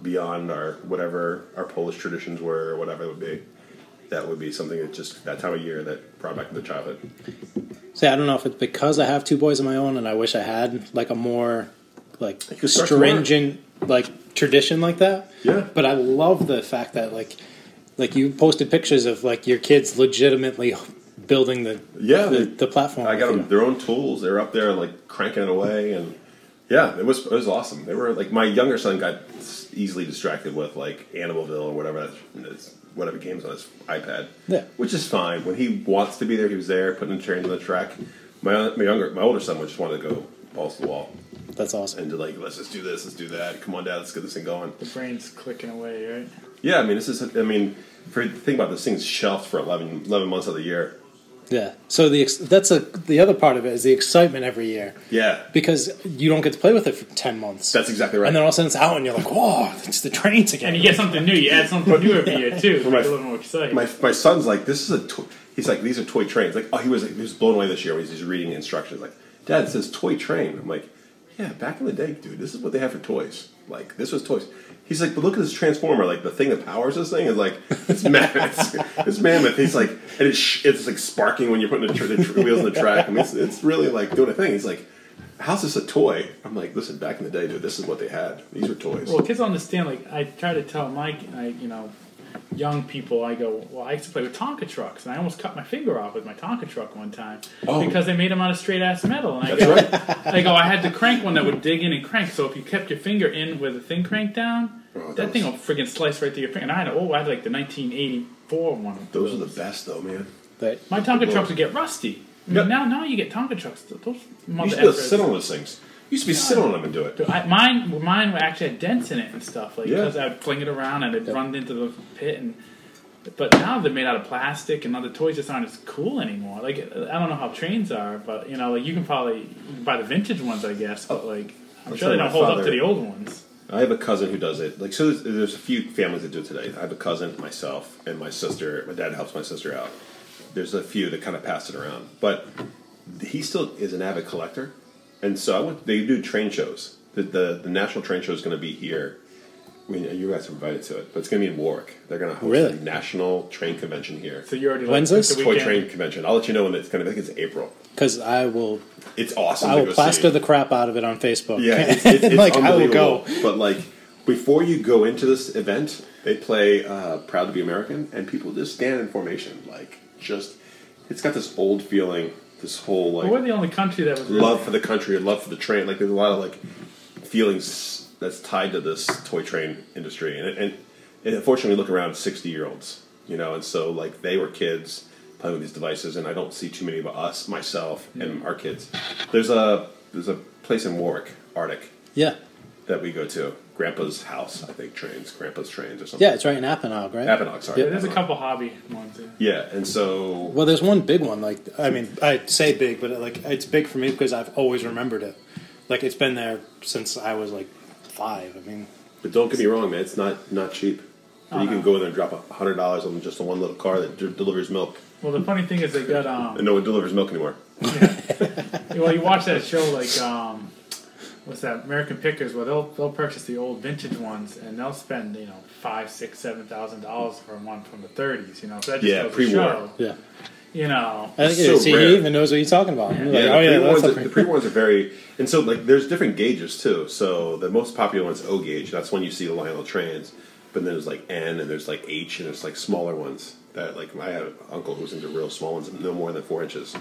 beyond our whatever our Polish traditions were, or whatever it would be. That would be something that just that time of year that brought back the childhood.
See, I don't know if it's because I have two boys of my own, and I wish I had like a more like
could start
stringent like tradition like that.
Yeah.
But I love the fact that like like you posted pictures of like your kids legitimately building the
Yeah,
the,
they-
the platform.
I got
with
them their own tools. They were up there like cranking it away, and yeah, it was it was awesome. They were like my younger son got s- easily distracted with like Animalville or whatever that is, whatever games on his iPad.
Yeah.
which is fine. When he wants to be there, he was there putting the trains on the track. My my younger my older son would just wanted to go balls to the wall
you. That's awesome.
and to like let's just do this, let's do that. Come on, dad, let's get this thing going.
The brain's clicking away, right?
Yeah, I mean this is I mean for think about this thing's shelved for 11, 11 months of the year.
Yeah. So the ex- that's a the other part of it is the excitement every year
Yeah,
because you don't get to play with it for ten months.
that's exactly right.
and then all of a sudden it's out, and you're like, "Whoa, it's the trains again!"
And you get something new. You add something new every year too. It's a
my-
little more exciting.
my, my son's like, this is a. Toy. He's like, these are toy trains. Like, oh, he was he was blown away this year when he's just reading instructions. Like, Dad it says toy train. I'm like, yeah, back in the day, dude, this is what they had for toys. Like, this was toys. He's like, but look at this transformer. Like, the thing that powers this thing is like, it's mammoth. it's, it's mammoth. He's like, and it's sh- it's like sparking when you're putting the, tr- the tr- wheels on the track. I mean, it's, it's really like doing a thing. He's like, how's this a toy? I'm like, listen, back in the day, dude, this is what they had. These were toys.
Well, kids don't understand. Like I try to tell my, I, you know, young people. I go, well, I used to play with Tonka trucks, and I almost cut my finger off with my Tonka truck one time
Oh.
because they made them out of straight ass metal. And I
That's
go,
right.
I go, I had the crank one that would dig in and crank. So if you kept your finger in with the thing cranked down,
Oh,
that
those-
thing will friggin' slice right through your finger. And I had, oh, I had like the 1984 one.
Those are the best, though, man.
But-
My Tonka trucks would get rusty. I mean,
Yep.
Now, now you get Tonka trucks. Th- Those
You
mother
used to be able to
effers.
sit on those things. You used to be sitting on them and do it.
Dude, I, mine, mine actually had dents in it and stuff. Like
Yeah.
because I would fling it around and it'd run into the pit. And but now they're made out of plastic, and now the toys just aren't as cool anymore. Like I don't know how trains are, but you know, like you can probably you can buy the vintage ones, I guess. But like I'm
I'll
sure they
tell
don't
Oh, my
hold up
father-
to the old ones.
I have a cousin who does it. Like, so there's, there's a few families that do it today. I have a cousin, myself, and my sister. My dad helps my sister out. There's a few that kind of pass it around, but he still is an avid collector, and so I went. They do train shows, The, the, the national train show is going to be here. I mean, you guys are invited to it, but it's going to be in Warwick. They're going to host
Really?
a national train convention here.
So you already
When's
like,
this?
the
Toy
weekend.
train convention. I'll let you know when it's going to be. I think it's April.
because I will
It's awesome.
I
to
will
go
plaster
see.
the crap out of it on Facebook.
Yeah, it's, it's, it's
like I will
unbelievable.
go.
But like before you go into this event, they play uh, "Proud to Be American," and people just stand in formation, like just. It's got this old feeling, this whole
But we're
like
the only country that was really-
love for the country and love for the train. Like there's a lot of like feelings that's tied to this toy train industry, and and, and unfortunately, we look around sixty year olds, you know, and so like they were kids playing with these devices, and I don't see too many of us, myself, and our kids. There's a there's a place in Warwick, Arctic,
Yeah,
that we go to. Grandpa's house, I think, trains. Grandpa's trains or something.
yeah, it's right in Appanog, right?
Apponog, sorry.
Yeah,
There's a
Apponog.
couple hobby ones. yeah.
Yeah, and so
Well, there's one big one. Like, I mean, I say big, but like, it's big for me because I've always remembered it. Like, it's been there since I was like five. I mean,
but don't get me wrong, man, it's not not cheap.
Uh-huh.
And you can go in there and drop a hundred dollars on just the one little car that d- delivers milk,
Well, the funny thing is they got um.
and no one delivers milk anymore.
well, you watch that show like um, what's that American Pickers, where they'll they'll purchase the old vintage ones and they'll spend you know five, six, seven thousand dollars for one from the '30s. You know, so that just
Yeah,
goes to
pre-war.
show.
yeah.
You know,
I think
It's so
see,
rare.
he even knows what he's talking about. He's like,
Yeah,
oh yeah,
the, pre
that's
ones,
a
the
pre-
pre ones are very, and so like there's different gauges too. So the most popular one's O gauge. That's when you see the Lionel trains. But then there's like N and there's like H and there's like smaller ones that like I had an uncle who was into real small ones, no more than four inches.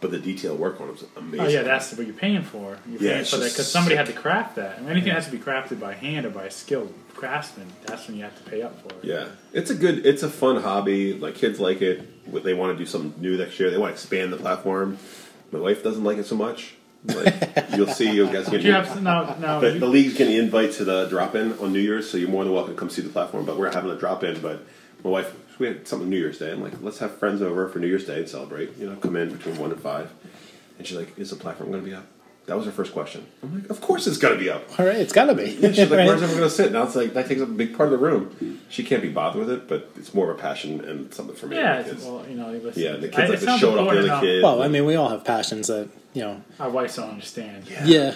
But the detail work on them is amazing.
oh yeah, that's what you're paying for. You're
Yeah,
paying
it's
for that
just
because somebody had to craft that. I mean, anything has to be crafted by hand or by a skilled craftsman. That's when you have to pay up for it.
Yeah, it's a good, it's a fun hobby. Like kids like it. What- They want to do something new next year. They want to expand the platform. My wife doesn't like it so much. Like you'll see, you guys get
Do you have now? Now
The,
you-
the league's getting an invite to the drop-in on New Year's, so you're more than welcome to come see the platform. But we're having a drop-in. But my wife, we had something New Year's Day. I'm like, let's have friends over for New Year's Day and celebrate. You know, come in between one and five. And she's like, is the platform going to be up? That was her first question. I'm like, of course it's going to be up.
All right, it's gotta be.
And she's like,
Right?
where's everyone going to sit? Now it's like that takes up a big part of the room. She can't be bothered with it, but it's more of a passion and something for me.
yeah,
The
it's,
kids.
well, you know, listen,
yeah. The kids
I- it
like to
sounds
show it off to
important
the other
enough.
kids.
Well, I mean, we all have passions that you know.
Our wives don't understand. Yeah.
Yeah,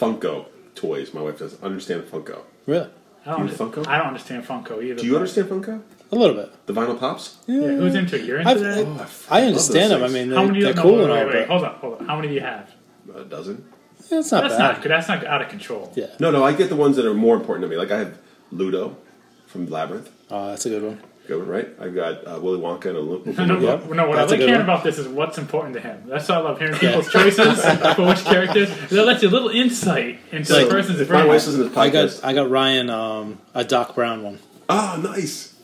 Funko toys. My wife doesn't understand Funko.
really,
I don't,
Do you
under-
Funko?
I don't understand Funko either.
Do you
but-
understand Funko?
a little bit.
The vinyl pops. Oh,
Yeah, who's into it? You're into
I've-
that?
I f-
I
love
understand
those
them. I
things.
mean,
How
they're,
many? do
they're
you no,
cool
wait,
and all,
wait, wait,
but
hold on, hold on. How many do you have?
a dozen.
yeah, it's not
That's
bad.
not good. That's not out of control.
Yeah.
No, no, I get the ones that are more important to me. Like I have Ludo from Labyrinth.
Oh, that's a good one.
Good one, right? I've got uh, Willy Wonka and a
No, no,
Loop.
Yep.
no, what
That's a
I like
good
hearing
one.
about this is what's important to him. That's why I love hearing people's choices for which characters. That lets you a little insight into
Like,
the person's
if
brain.
my wife listens to this
I got
podcast,
I got Ryan um, a Doc Brown one.
ah, nice.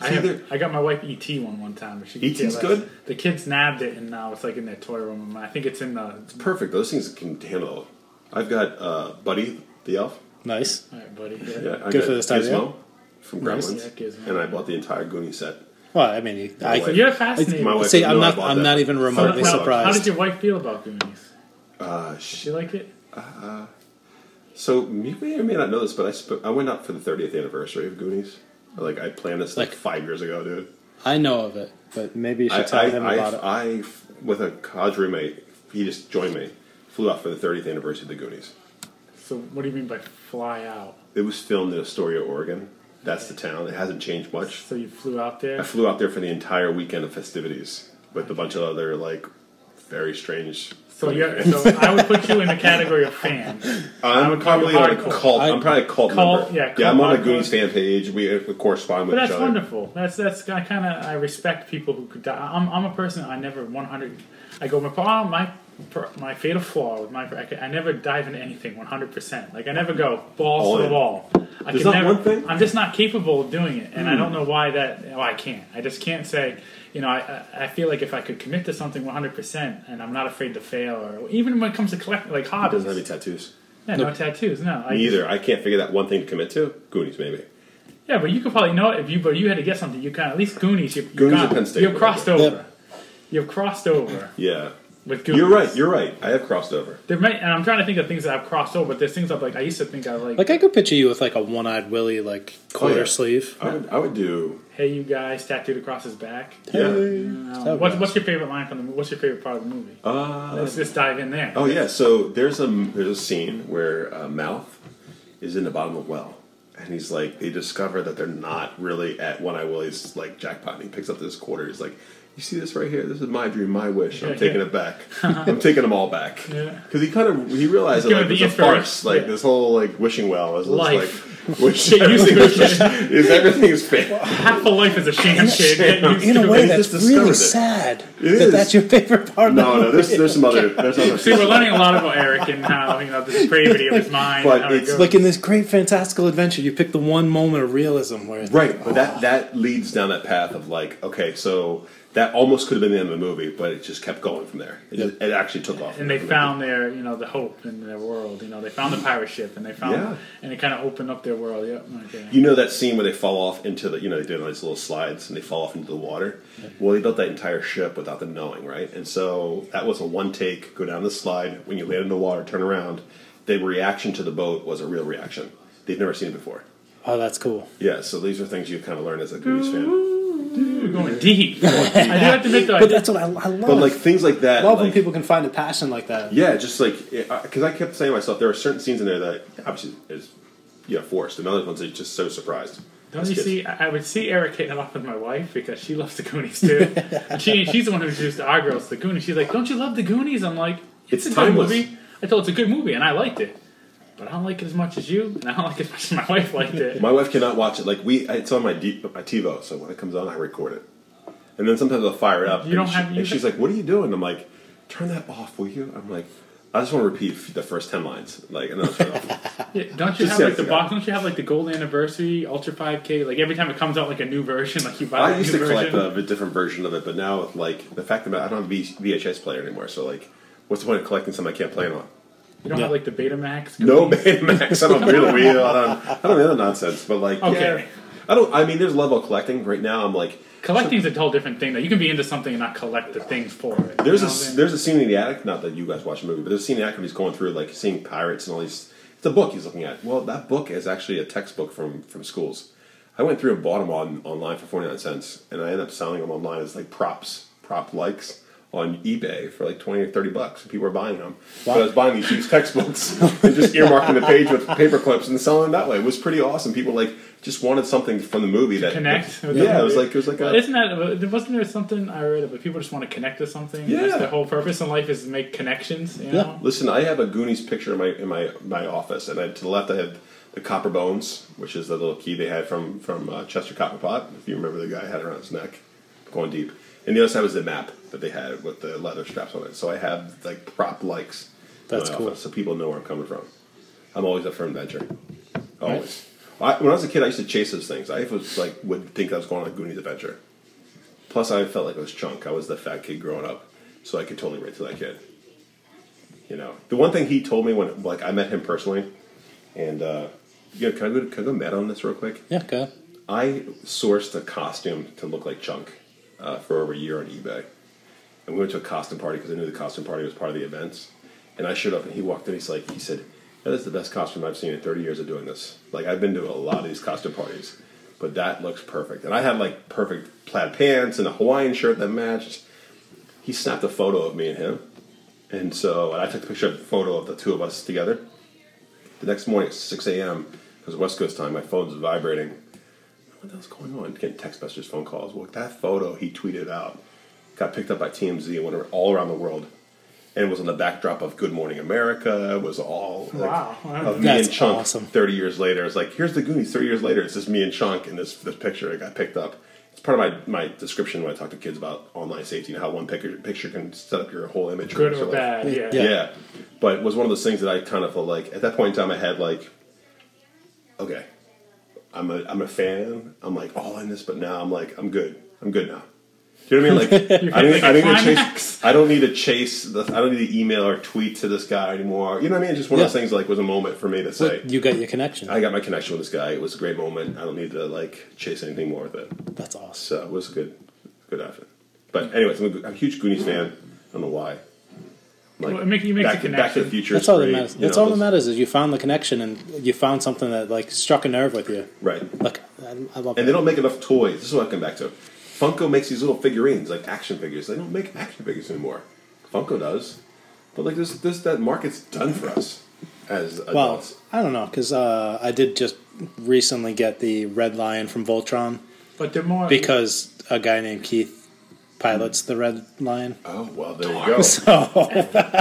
I,
See,
have-
there-
I got my wife ET one one time. but She
E
ET 's
can't let-
good?
The kids nabbed it, and now it's like in their toy room. I think it's in the.
perfect. Those things can handle. I've got uh, Buddy the Elf.
Nice.
All right, buddy. Yeah.
Yeah, I
Good
got
for this time of
Gizmo
year.
from
Nice.
Gremlins,
Yeah, Gizmo.
and I bought the entire Goonie set.
Well, I mean, you- I
My wife-
You're fascinated.
My wife
See,
would
I'm
know I
not-
bought
I'm
that.
not even
How-
remotely
Fuck,
now,
fuck.
surprised.
How did your wife feel about Goonies?
Ah,
Uh, sh-
She liked it.
so you may or may not know this, but I sp- I went out for the 30th anniversary of Goonies. Like I planned this like,
Like-
five years ago, dude.
I know of it, but maybe you
I,
should tell
I,
him
I,
about it.
I- f- with a college roommate, he just joined me. Flew out for the 30th anniversary of the Goonies.
So what do you mean by fly out?
It was filmed in Astoria, Oregon. That's the town. It hasn't changed much.
So you flew out
I
there.
flew out there for the entire weekend of festivities with a bunch of other like very strange.
So you're, so I would put you in the category of fan.
I'm probably on a
hardcore.
cult. I,
I-
am probably a cult,
Cult,
member.
yeah,
Yeah,
cult
I'm on a
hardcore.
Goonies fan page. We, uh, we correspond with
But
each
that's
other.
wonderful. That's that's I kind of I respect people who could die. I'm I'm a person I never 100. I go my problem my per- my fatal flaw with my I, could- I never dive into anything 100. percent Like I never go balls
All
to the
in.
wall. I
There's
can
not
never,
one thing? Hmm.
I'm just not capable of doing it, and I don't know why that. Oh, I can't. I just can't say. You know, I I I feel like if I could commit to something 100 percent, and I'm not afraid to fail, or even when it comes to collecting like
It
hobbies,
doesn't have any tattoos.
yeah, no tattoos, no. I,
Me either. I can't figure that one thing to commit to. Goonies, maybe.
Yeah, but you could probably know it if you. But you had to get something. You kind of at least Goonies. You, you
Goonies
got,
or Penn State,
You've crossed
whatever.
over. You've crossed over.
Yeah.
with Goonies.
You're right. You're right. I have crossed over.
there might, and I'm trying to think of things that I've crossed over, but there's things I've like. I used to think I like.
Like I could picture you with like a one-eyed Willy like quarter
Oh, yeah.
sleeve.
I would, I would do.
Hey, you guys, tattooed across his back.
Yeah.
Um, what's, what's your favorite line from the? mo- What's your favorite part of the movie?
Uh,
Let's just dive in there.
oh yeah. So there's a there's a scene where uh, Mouth is in the bottom of a well, and he's like they discover that they're not really at One Eye Willie's like jackpot. And he picks up this quarter. He's like, you see this right here? This is my dream, my wish. I'm
Yeah,
taking
yeah. Uh-huh.
it back. I'm taking them all back.
Yeah.
Because he kind of he realized that
gonna
like
be
it's a
inference.
farce. Like
Yeah.
this whole like wishing well is
Life.
like wish
Get used to
everything
it.
is, is everything is fake.
Half a life is a sham kid. Get used
In
to
a
it.
way
he
that's
just discovered
really
it.
sad.
It
that
is.
that's your favorite part.
No,
of the
no, there's there's some other there's other
See, we're learning a lot about Eric and how you know the depravity of his mind.
But
and how it
it's
goes.
Like in this great fantastical adventure, you pick the one moment of realism where it's
Right, but that that leads down that path of like, okay, so that almost could have been the end of the movie, but it just kept going from there. It, just, it actually took off.
and they found their you know the hope in their world. You know they found the pirate ship and they found
Yeah.
and it kind of opened up their world. Yep. Okay.
You know that scene where they fall off into the, you know, they do these little slides and they fall off into the water? Well, they built that entire ship without them knowing, right? And so that was a one take, go down the slide, when you land in the water, turn around. The reaction to the boat was a real reaction. They've never seen it before.
oh, that's cool.
Yeah, so these are things you kind of learn as a Goonies fan.
We're going deep. I do have to admit though, I
But
did,
that's what I, I love.
But like things like that.
I love when
like-
people can find a passion like that.
Yeah, just like because I kept saying to myself, there are certain scenes in there that obviously is yeah forced, and other ones that you're just so surprised.
don't
That's
you
good.
see? I I would see Eric hitting it off with my wife because she loves the Goonies too. and she she's the one who introduced our girls to the Goonies. She's like, "Don't you love the Goonies?" I'm like, "It's,
It's
a
timeless.
good movie." I told her, it's a good movie and I liked it, but I don't like it as much as you, and I don't like it as much as my wife liked it.
My wife cannot watch it. Like we, it's on my D, my TiVo, so when it comes on, I record it, and then sometimes I'll fire it up.
You
and
don't
she-
have- you
and she's like, "What are you doing?" I'm like, "Turn that off, will you?" I'm like, "I just want to repeat the first ten lines." Like, and then I'll turn it off.
Yeah, don't you
Just
have like
yes,
the
yeah.
box? Don't you have like the gold anniversary Ultra 5K? Like every time it comes out, like a new version, like you buy.
I
the
used
new
to collect
version.
a, bit different version of it, but now with like the fact that I don't have a V- VHS player anymore, so like, what's the point of collecting something I can't play it on?
You don't have like the Betamax.
No Betamax. I don't play the wheel. I don't. I don't know the nonsense. But like,
Okay.
yeah, I don't. I mean, there's level collecting. Right now, I'm like,
Collecting's a whole different thing. Though you can be into something and not collect the things for
there's a
it. you know what I'm saying?
there's a scene in the attic. Not that you guys watch the movie, but there's a scene in the attic where he's going through like seeing pirates and all these. It's a book he's looking at. Well, that book is actually a textbook from from schools. I went through and bought them on online for 49 cents, and I ended up selling them online as like props, prop likes. On eBay for like twenty or thirty bucks, and people were buying them. But I was buying these used textbooks and just earmarking the page with paper clips and selling them that way. It was pretty awesome. People like just wanted something from the movie that
connect. with the
yeah, it was
movie.
like it was like
Well,
a,
Isn't that there wasn't there something I read about people just want to connect to something?
Yeah.
That's the whole purpose in life is to make connections. You know?
Listen, I have a Goonies picture in my in my, my office, and I, to the left I have the copper bones, which is the little key they had from from uh, Chester Copperpot. If you remember, the guy had it around his neck, going deep. And the other side was the map that they had with the leather straps on it. So I have like prop likes. in
That's
my
cool.
so people know where I'm coming from. I'm always up for adventure. Always. I, when I was a kid, I used to chase those things. I was like, would think I was going on a Goonies adventure. Plus, I felt like I was chunk. I was the fat kid growing up, so I could totally relate to that kid. You know, the one thing he told me when, like, I met him personally, and uh, you know, can I go can I go meta on this real quick?
Yeah, go. ahead.
I sourced a costume to look like Chunk uh, for over a year on eBay, and we went to a costume party because I knew the costume party was part of the events. And I showed up, and he walked in. He's like, he said, "That is the best costume I've seen in 30 years of doing this. Like, I've been to a lot of these costume parties, but that looks perfect." And I had like perfect plaid pants and a Hawaiian shirt that matched. He snapped a photo of me and him, and so and I took a picture of the photo of the two of us together. The next morning at 6 a.m. because West Coast time, my phone's vibrating what the hell's going on? Getting text messages, phone calls. Well, that photo he tweeted out got picked up by TMZ and went ar- all around the world, and was on the backdrop of Good Morning America. Was all like,
Wow.
of me
That's
and Chunk.
awesome.
Thirty years later, it's like here's the Goonies. Thirty years later, it's just me and Chunk in this this picture. It got picked up. It's part of my, my description when I talk to kids about online safety and how one picture picture can set up your whole image.
Good
So,
or
like,
bad. Yeah.
Yeah.
yeah. But it was one of those things that I kind of felt like at that point in time I had like, okay, I'm a I'm a fan. I'm like all in this, but now I'm like I'm good. I'm good now. Do you know what I mean? Like I
like
don't,
a
I, don't need to
climax.
chase, I don't need to chase. The, I don't need to email or tweet to this guy anymore. You know what I mean? Just one of
Yeah.
those things. Like was a moment for me to say.
But you got your connection.
I got my connection with this guy. It was a great moment. I don't need to like chase anything more with it.
That's awesome.
So it was a good, good effort. But anyways, I'm a, I'm a huge Goonies fan. I don't know why. Like
Well, it make- you make
back,
the
to, back to the
connection.
Future.
That's all
that
that matters. That's all that matters is you found the connection and you found something that like struck a nerve with you.
Right.
Look, I, I love
And
that.
they don't make enough toys. This is what I come back to. Funko makes these little figurines, like action figures. They don't make action figures anymore. Funko does, but like this, this that market's done for us as
Well,
adults.
I don't know because uh, I did just recently get the Red Lion from Voltron
But they're more
because a guy named Keith pilots the Red Lion.
oh well, there you go.
So
Love that.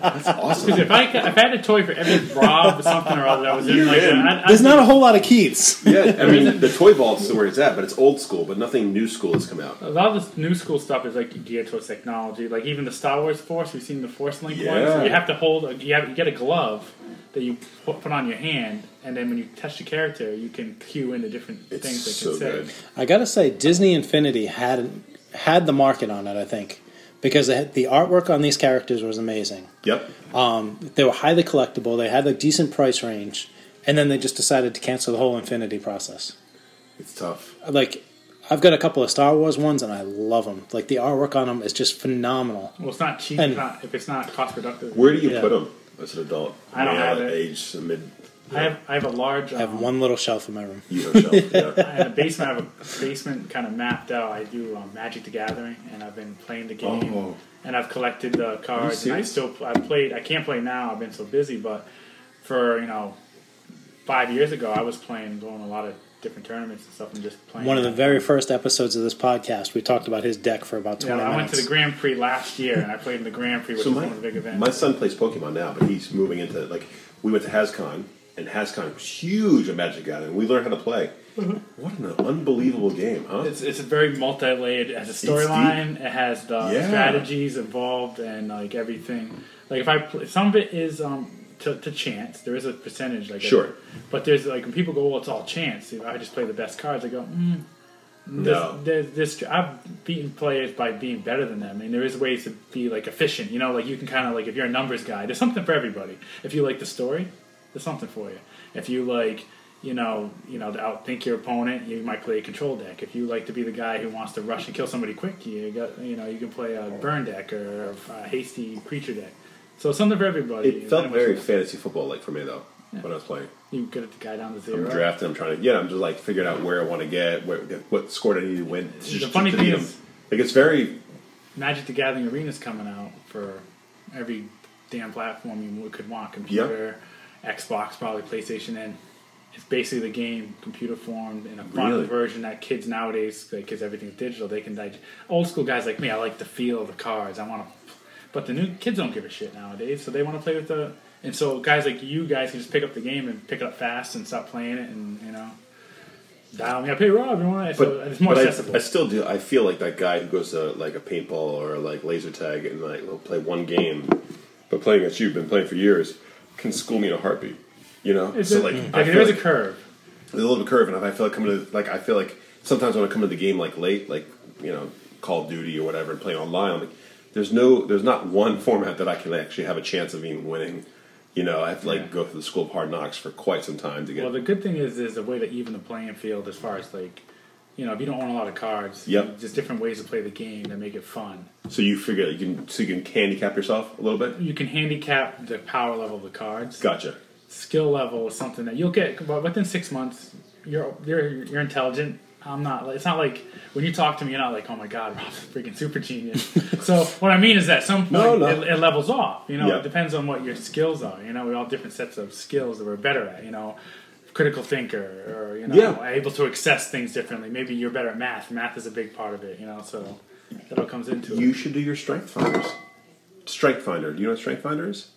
That's awesome.
Because if I, if I had a toy for every Rob or something or other that was in, like,
in.
I'd, I'd,
there's not a whole lot of Keiths.
yeah, I mean the toy vault's where it's at, but it's old school. But nothing new school has come out.
a lot of this new school stuff is like geared towards technology. Like even the Star Wars Force, you've seen the Force Link
Yeah.
one. So you have to hold, a, you, have, you get a glove that you put, put on your hand, and then when you touch the character, you can cue in the different
It's
things they
so
can say.
good.
I gotta say, Disney Infinity had had the market on it. I think because they had, the artwork on these characters was amazing.
Yep.
Um, They were highly collectible. They had a decent price range, and then they just decided to cancel the whole Infinity process.
It's tough.
Like, I've got a couple of Star Wars ones, and I love them. Like the artwork on them is just phenomenal.
Well, it's not cheap
And-
it's not, if it's not cost productive.
Where do you
Yeah.
put 'em put them as an adult?
I don't
male
have
at
it.
Age mid.
I have I have a large. Um,
I have one little shelf in my room.
You know, shelf. Yeah.
I have a basement. I have a basement kind of mapped out. I do um, Magic the Gathering, and I've been playing the game,
Oh.
and I've collected the cards. And I
serious?
still I played. I can't play now. I've been so busy, but for you know, five years ago, I was playing, going to a lot of different tournaments and stuff, and just playing.
One of the very first episodes of this podcast, we talked about his deck for about
yeah,
twenty
I went
minutes.
to the Grand Prix last year, and I played in the Grand Prix, which
So
is
my,
one of the big events.
my son plays Pokemon now, but he's moving into like we went to HasCon and HasCon was huge at Magic Gathering. We learned how to play.
Mm-hmm.
What an unbelievable game, huh?
It's, it's very multi-layered. It has a
deep.
storyline. It has the
Yeah.
strategies involved and like everything. Like if I pl- some of it is um to, to chance. There is a percentage like
Sure.
but there's like when people go, well, it's all chance. If I just play the best cards. I go, mm,
No.
There's, there's, there's, I've beaten players by being better than them, and there is ways to be like efficient. You know, like you can kind of like if you're a numbers guy, there's something for everybody. If you like the story, there's something for you. If you like, you know, you know to outthink your opponent, you might play a control deck. If you like to be the guy who wants to rush and kill somebody quick, you got you know you can play a burn deck or a hasty creature deck. So something for everybody.
it felt
Anyways,
very fantasy football like for me though when I was playing.
You good at the guy down to
I'm
0
drafting. I'm trying to. Yeah, I'm just like figuring out where I want to get, where, what score do I need to win. It's just
funny
to
thing
beat 'em.
is-
like it's very
Magic the Gathering Arena's coming out for every damn platform you could want. Computer, Xbox, probably PlayStation, and it's basically the game computer formed in a fun
Really?
version that kids nowadays, because everything's digital, they can digest. Old school guys like me, I like the feel of the cards. I want to, but the new kids don't give a shit nowadays, so they want to play with the. And so guys like you guys can just pick up the game and pick it up fast and stop playing it, and you know. Dial me up, hey Rob, you want to? So
But,
uh, it's more
but I-
accessible.
I, still do. I feel like that guy who goes to like a paintball or like laser tag and like will play one game, but playing as you've been playing for years can school me in a heartbeat. You know,
It's
so
a-
like
like,
I
there
feel
is
like
a curve.
there's a little bit of curve, and if I feel like coming to like I feel like sometimes when I come to the game like late, like you know Call of Duty or whatever, and playing online, I'm like there's no there's not one format that I can actually have a chance of even winning. You know, I have to like
Yeah.
go through the school of hard knocks for quite some time to get.
Well, the good thing is, is a way to even the playing field as far as like, you know, if you don't own a lot of cards,
Yep.
just different ways to play the game that make it fun.
so you figure you can so you can handicap yourself a little bit.
You can handicap the power level of the cards.
Gotcha.
Skill level is something that you'll get but within six months. You're you're you're intelligent. I'm not. like- It's not like when you talk to me, you're not like, oh my god, Rob's a freaking super genius. so what I mean is that at some point
No, no.
It, it levels off. You know,
Yeah.
it depends on what your skills are. You know, we all have different sets of skills that we're better at. You know, critical thinker, or you know,
Yeah.
able to access things differently. Maybe you're better at math. Math is a big part of it. You know, so that all comes into it.
You should do your strength finders. Strength finder. Do you know what strength finder is?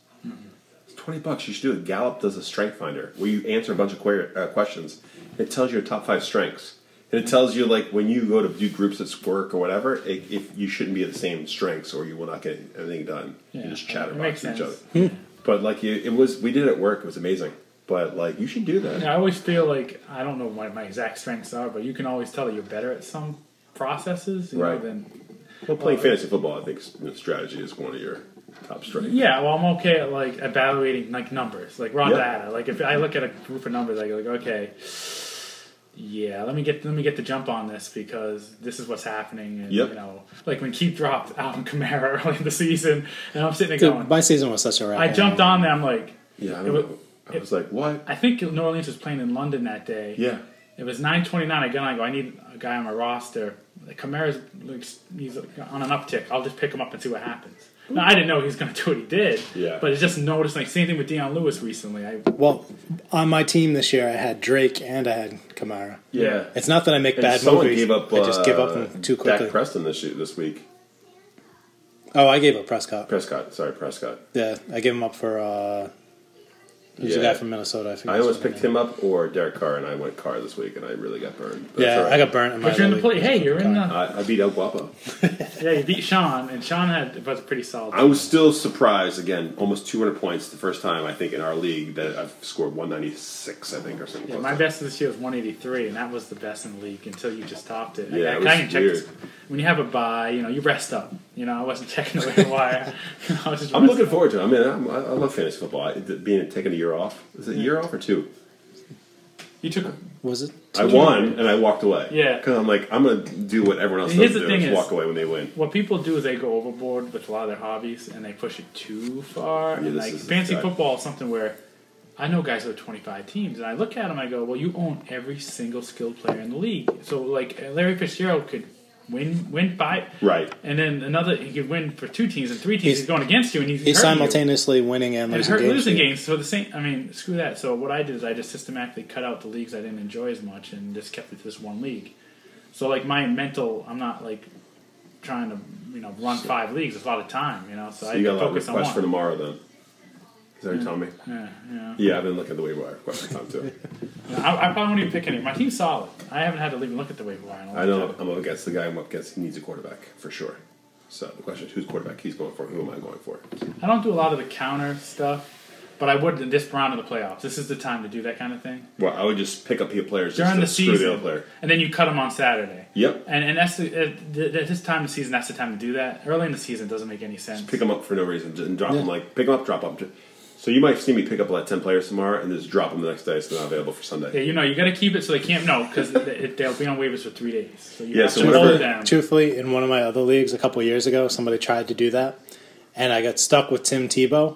It's twenty bucks. You should do it. Gallup does a strength finder where you answer a bunch of query, uh, questions. It tells you your top five strengths, and it tells you like when you go to do groups at work or whatever, it, if you shouldn't be at the same strengths or you will not get anything done.
Yeah,
You just
it makes
chatterbox each other.
sense.
But like you, it was we did it at work. It was amazing. But like you should do that.
Yeah, I always feel like I don't know what my exact strengths are, but you can always tell that you're better at some processes. You
Right.
Know, than,
Well, playing fantasy football, I think s- you know, strategy is one of your top strengths.
yeah, well, I'm okay at like evaluating like numbers, like raw
Yep.
data. Like if I look at a group of numbers, I go like, okay, yeah, let me get let me get the jump on this because this is what's happening. And
Yep.
you know, like when Keith dropped Alvin Kamara early in the season, and I'm sitting there
Dude,
going,
my season was such a wreck.
I jumped on there. I'm like,
Yeah, I,
It
don't
was-
know. I was like, what?
I think New Orleans was playing in London that day.
Yeah.
It was 9:29. Again, I go. I need a guy on my roster. Kamara's like he's on an uptick. I'll just pick him up and see what happens. Now I didn't know he was going to do what he did.
Yeah.
But it's just noticed. Like same thing with Deion Lewis recently. I
Well, on my team this year, I had Drake and I had Kamara.
Yeah.
It's not that I make
And
bad
someone
movies.
gave up.
I just give up
uh,
them too
Dak
quickly.
Preston this year- this week.
oh, I gave up Prescott.
Prescott, sorry, Prescott.
Yeah, I gave him up for uh, who's the
Yeah.
guy from Minnesota? I, forget
I
his
always
name.
picked him up or Derek Carr, and I went Carr this week, and I really got burned. But
Yeah,
that's all
I
right.
got burnt in my.
but you're in the
other
play.
league.
Hey, you're in the
I, I beat El Guapo.
yeah. You beat Sean, and Sean had was pretty solid.
I was still surprised again, almost 200 points the first time I think in our league that I've scored 196, I think, or something.
Yeah,
close
my
to
best this year was 183, and that was the best in the league until you just topped it.
Yeah,
I,
it
I
was
can check
weird.
this. When you have a buy, you know, you rest up. You know, I wasn't checking the waiver wire. I was just
I'm looking
resting.
forward to it. I mean, I'm, I I love fantasy football. I, being taking a year off is it a year off or two?
You took
was it?
I won and I walked away.
Yeah.
because I'm like I'm gonna do what everyone else
Here's
does
the
do,
thing
is
is-
walk away when they win.
what people do is they go overboard with a lot of their hobbies and they push it too far. and
this
like
is
fancy
exact-
football is something where I know guys who have 25 teams, and I look at them, I go, well, you own every single skilled player in the league. So like Larry Fitzgerald could win win five,
Right.
and then another he could win for two teams and three teams. He's,
He's-
going against you, and he's,
He's
hurting you.
simultaneously winning and
And
losing
hurt
games.
losing
for you.
games, so the same. I mean, screw that. So what I did is I just systematically cut out the leagues I didn't enjoy as much and just kept it to this one league. So like my mental, I'm not like trying to you know run five leagues. It's a lot of time, you know. So, I
you got a
can
lot of
focus on
requests
one.
for tomorrow then. Is that what you're telling me?
yeah, yeah.
Yeah, I've been looking at the waiver wire quite some time too.
I, I probably won't even pick any. My team's solid. I haven't had to even look at the waiver wire. in a long
I know
time.
I'm up against the guy I'm up against. He needs a quarterback for sure. So the question is, who's quarterback he's going for? Who am I going for?
I don't do a lot of the counter stuff, but I would in this round of the playoffs. This is the time to do that kind of thing
Well, I would just pick up your players
during
just to
the
screw the
season,
other player.
and then you cut them on Saturday.
Yep,
And and that's the, at th- at this time of the season, that's the time to do that. Early in the season, it doesn't make any sense.
pick them up for no reason and drop them like pick them up, drop them. So you might see me pick up like ten players tomorrow and just drop them the next day, so they're not available for Sunday.
Yeah, you know, you got to keep it so they can't know because they'll be on waivers for three days. So you
Yeah,
have
so
to
whatever-
hold
Truthfully,
them.
truthfully, in one of my other leagues a couple of years ago, somebody tried to do that, and I got stuck with Tim Tebow,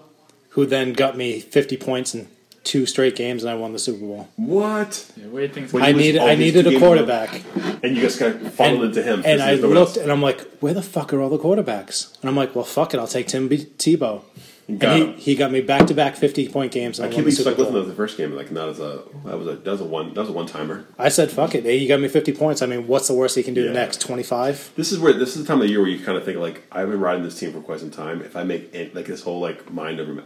who then got me 50 points in two straight games, and I won the Super Bowl.
What?
Yeah, weird things.
When
I
He was
needed,
all
I
these
needed a
games-
quarterback,
And you just kind of funneled into him. 'cause
and I
there's no one else.
looked, and I'm like, where the fuck are all the quarterbacks? And I'm like, well, fuck it, I'll take Tim B- Tebow. And
Got
he,
him.
he got me back to back 50 point games, and
I
I,
can't
won the
believe you
Super
stuck with him
Bowl.
in the first game. Like, not as a that was a that was a one that was a one timer.
I said, fuck it, he got me 50 points. I mean, what's the worst he can do
Yeah.
next? 25?
This is where this is the time of the year where you kind of think like I've been riding this team for quite some time. If I make any, like this whole like mind over like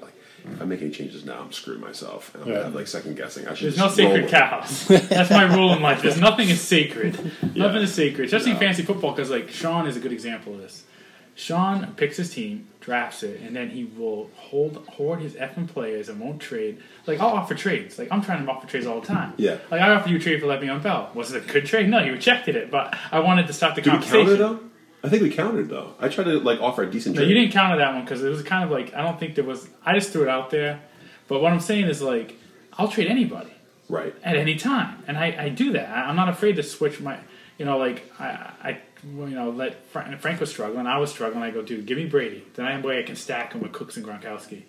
if I make any changes now, I'm screwing myself. And I'm
Yeah.
gonna have like second guessing. I should
There's no
just roll
sacred
with it.
cows. That's my rule in life. There's nothing is sacred. Nothing is sacred, especially in
No.
fantasy football. Because like Sean is a good example of this. Sean picks his team, drafts it, and then he will hold hoard his effing players and won't trade. Like I'll offer trades. Like I'm trying to offer trades all the time.
Yeah.
Like I offered you a trade for Le'Veon Bell. Was it a good trade? No, you rejected it. But I wanted to stop the
Did we
conversation.
counter though? I think we countered though. I tried to like offer a decent.
No,
trade.
you didn't counter that one because it was kind of like I don't think there was. I just threw it out there. But what I'm saying is like I'll trade anybody.
right.
at any time, and I, I do that. I, I'm not afraid to switch my, you know, like I, I well, you know, let Frank, Frank was struggling, I was struggling. I go, dude, give me Brady. Then I way I can stack him with Cooks and Gronkowski.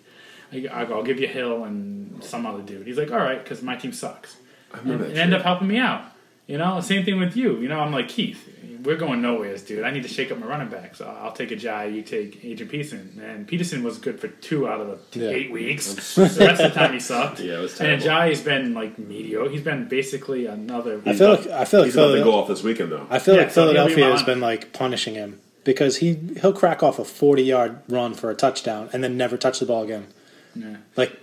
I, I go, I'll give you Hill and some other dude. He's like, all right, because my team sucks,
I
and,
remember that.
and end
trade.
up helping me out. You know, same thing with you. You know, I'm like Keith. We're going nowheres, dude. I need to shake up my running backs. I'll I'll take a Jai, you take Agent Peterson. And Peterson was good for two out of the
Yeah.
eight weeks. the rest of the time he sucked.
Yeah, it was
And
terrible.
Jai has been like mediocre. He's been basically another.
I feel like I feel like
He's about to
Philadelphia.
go off this weekend though.
I feel
Yeah,
like
so he'll be
Philadelphia has
behind.
been like punishing him because he he'll crack off a forty yard run for a touchdown and then never touch the ball again.
Yeah.
Like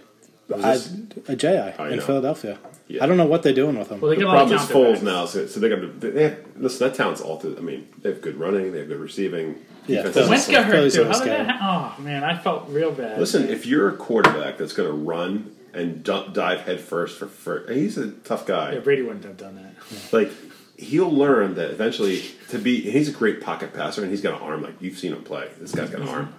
I,
this-
a JI
I
in
know.
Philadelphia.
Yeah.
I don't know what they're doing with him.
Well, they
The
get a lot
problem
of
is
talent
Foles
there.
now, so, so they're gonna. They have, listen, that town's altered. I mean, they have good running, they have good receiving.
Yeah,
defense
Phil's-
is-
Wentz got hurt
Philly's
too.
on
How
the
did that
schedule.
happen? Oh man, I felt real bad.
Listen, if you're a quarterback that's going to run and d- dive headfirst for, for and he's a tough guy.
yeah, Brady wouldn't have done that.
Like he'll learn that eventually to be. and He's a great pocket passer, and he's got an arm like you've seen him play. This guy's got an arm.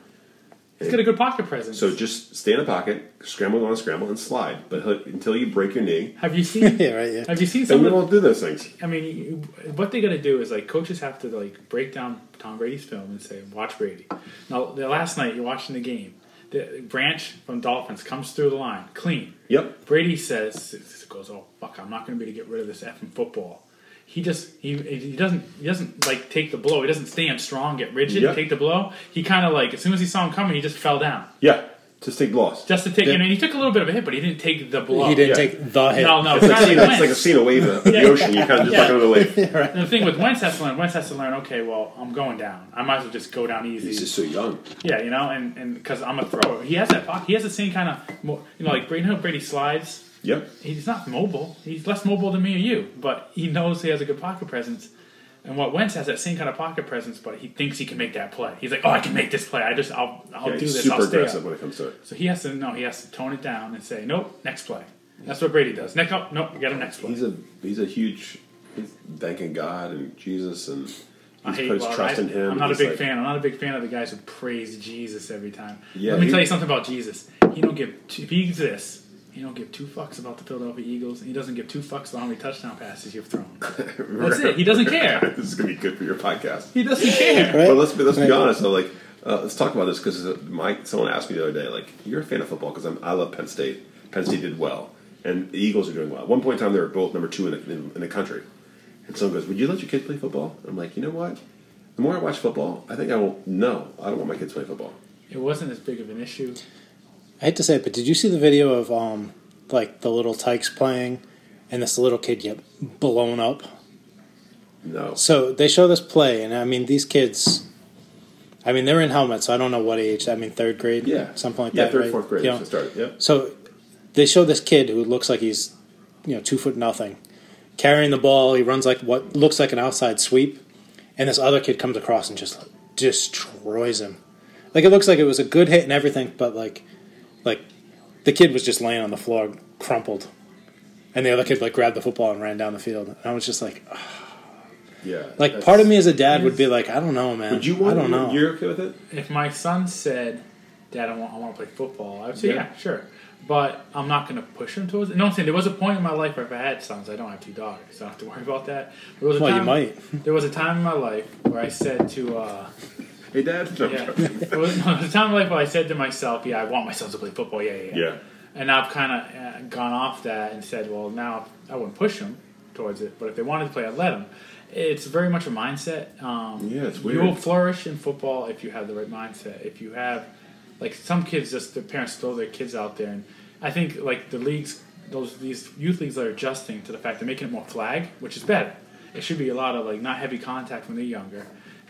He's got a good pocket presence.
So just stay in the pocket, scramble on, scramble, and slide. But h- until you break your knee,
have you seen?
Yeah, right. Yeah.
Have you seen
then
some?
we
Of the,
won't do those things.
I mean, you- what they got to do is like coaches have to like break down Tom Brady's film and say, "Watch Brady." Now, the last night you're watching the game. The branch from Dolphins comes through the line clean.
Yep.
Brady says, he "Goes, oh fuck, I'm not going to be able to get rid of this effing football." He just he he doesn't he doesn't like take the blow. He doesn't stand strong, get rigid,
Yeah.
take the blow. He kind of like as soon as he saw him coming, he just fell down
Yeah. Just take the loss.
just to take.
Yeah.
I mean, he took a little bit of a hit, but he didn't take the blow.
He didn't
Yeah.
take the hit.
No, no,
It's like,
Charlie
seeing, it's like a
Wentz.
scene of wave of the ocean. You kind of just
Yeah.
look over the wave.
And the thing with Wentz has to learn. Wentz has to learn. Okay, well, I'm going down. I might as well just go down easy.
He's just so young.
Yeah, you know, and and because I'm a thrower, he has that. pocket- He has the same kind of, mo- you know, like Brady. you know, Brady slides.
Yep.
He's not mobile. He's less mobile than me or you, but he knows he has a good pocket presence. And what Wentz has that same kind of pocket presence, but he thinks he can make that play. He's like, oh, I can make this play. I just, I'll, I'll
Yeah,
do
he's
this.
super
I'll stay
aggressive
up.
when it comes to it.
So he has to no, he has to tone it down and say, nope, next play. That's what Brady does. Next, oh, nope, we got him next play.
He's a he's a huge he's thanking God and Jesus and he's
I hate.
put his
well,
trust
I,
in him.
I'm not a
He's
big
like-
fan. I'm not a big fan of the guys who praise Jesus every time.
Yeah,
Let me
he-
tell you something about Jesus. He don't give. Two, if he exists, he don't give two fucks about the Philadelphia Eagles, and he doesn't give two fucks about how many touchdown passes you've thrown. That's it. He doesn't care.
This is gonna be good for your podcast.
He doesn't care.
Right?
But let's be let's be
Right.
honest though. Like, uh, let's talk about this because my someone asked me the other day, like, you're a fan of football because I love Penn State. Penn State did well, and the Eagles are doing well. At one point in time, they were both number two in the, in, in the country. And someone goes, "Would you let your kids play football?" I'm like, you know what? The more I watch football, I think I will. No, I don't want my kids playing football.
It wasn't as big of an issue.
I hate to say it, but did you see the video of um like the little Tykes playing, and this little kid get blown up?
No,
So they show this play, and I mean these kids. I mean they're in helmets, so I don't know what age. I mean third grade,
yeah,
something like
yeah,
that.
third,
right?
fourth grade.
You
Yeah.
know,
Start. Yep.
So they show this kid who looks like he's, you know, two foot nothing, carrying the ball. He runs like what looks like an outside sweep, and this other kid comes across and just destroys him. Like it looks like it was a good hit and everything, but like, like the kid was just laying on the floor, crumpled, and the other kid like grabbed the football and ran down the field. And I was just like, ugh.
Yeah.
like
that's-
part of me as a dad would be like, I don't know, man.
Would you want?
I don't know.
You're okay with it?
If my son said, "Dad, I want, I want to play football," I would say,
Yeah.
"Yeah, sure," but I'm not going to push him towards it. No, I'm saying there was a point in my life where if I had sons, I don't have two daughters, so I don't have to worry about that. There was a
Well, you
time-
might.
There was a time in my life where I said to, uh,
Hey, Dad. No, I'm
yeah,
joking.
there was no, there was a time in my life where I said to myself, "Yeah, I want my sons to play football." Yeah, yeah, yeah.
Yeah.
And I've kind of uh, gone off that and said, well, now I wouldn't push them towards it, but if they wanted to play, I'd let them. It's very much a mindset. Um,
Yeah, it's
You will
weird.
flourish in football if you have the right mindset. If you have, like, some kids just their parents throw their kids out there, and I think like the leagues, those these youth leagues are adjusting to the fact they're making it more flag, which is better. It should be a lot of like not heavy contact when they're younger,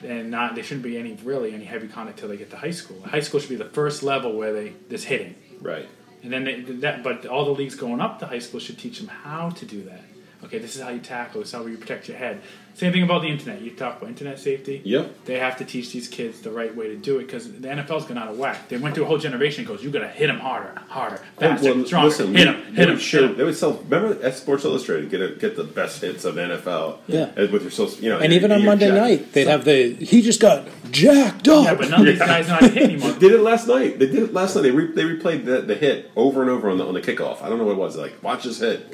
and not they shouldn't be any really any heavy contact till they get to high school. High school should be the first level where they there's hitting.
Right.
And then they, that, but all the leagues going up to high school should teach them how to do that. Okay, this is how you tackle. This is how you protect your head. Same thing about the internet. You talk about internet safety.
Yep.
They have to teach these kids the right way to do it because the NFL's gone out of whack. They went through a whole generation. Goes, you gotta hit them harder, harder, faster,
Well,
stronger.
Listen,
hit
they-
them,
they
hit them,
would show- They would sell. Remember at Sports Illustrated, get a, get the best hits of NFL.
Yeah.
and With your social, you know,
and
your-
even on
your
Monday
jacket.
night, they'd have the he just got jacked up.
Yeah, but none of these guys know how to hit anymore.
Did it last night. They did it last night. They, re- they replayed the, the hit over and over on the on the kickoff. I don't know what it was. Like watch this hit.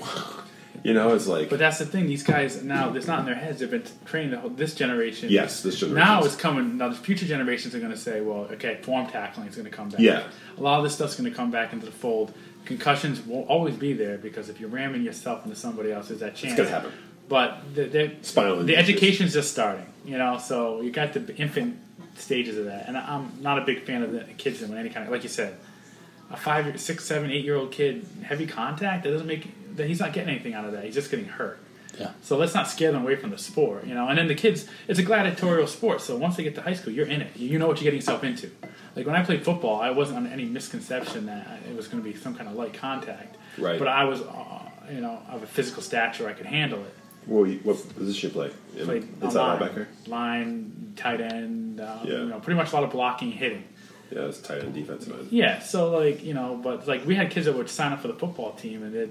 You know, it's like
But that's the thing. These guys now, it's not in their heads. They've been trained the whole, this generation.
yes, this generation.
Now it's coming. Now the future generations are going to say, "Well, okay, form tackling is going to come back.
Yeah.
a lot of this stuff's going to come back into the fold. Concussions will always be there because if you're ramming yourself into somebody else, there's that chance.
gonna happen.
But the, the,
Spinal
the
injuries.
education's just starting, you know. So you got the infant stages of that, and I'm not a big fan of the kids doing any kind of, like you said, a five, six, seven, eight year old kid heavy contact that doesn't make that he's not getting anything out of that. He's just getting hurt.
Yeah.
So let's not scare them away from the sport, you know. And then the kids, it's a gladiatorial sport. So once they get to high school, you're in it. You know what you're getting yourself into. Like when I played football, I wasn't under any misconception that it was going to be some kind of light contact.
Right.
But I was, uh, you know, of a physical stature, I could handle it.
Well, you- what position you play?
Played
Mm. Inside
line,
linebacker.
line, tight end, um,
Yeah.
you know, pretty much a lot of blocking, hitting.
Yeah, it's tight end defensive end.
Yeah, so like you know, but like we had kids that would sign up for the football team and they,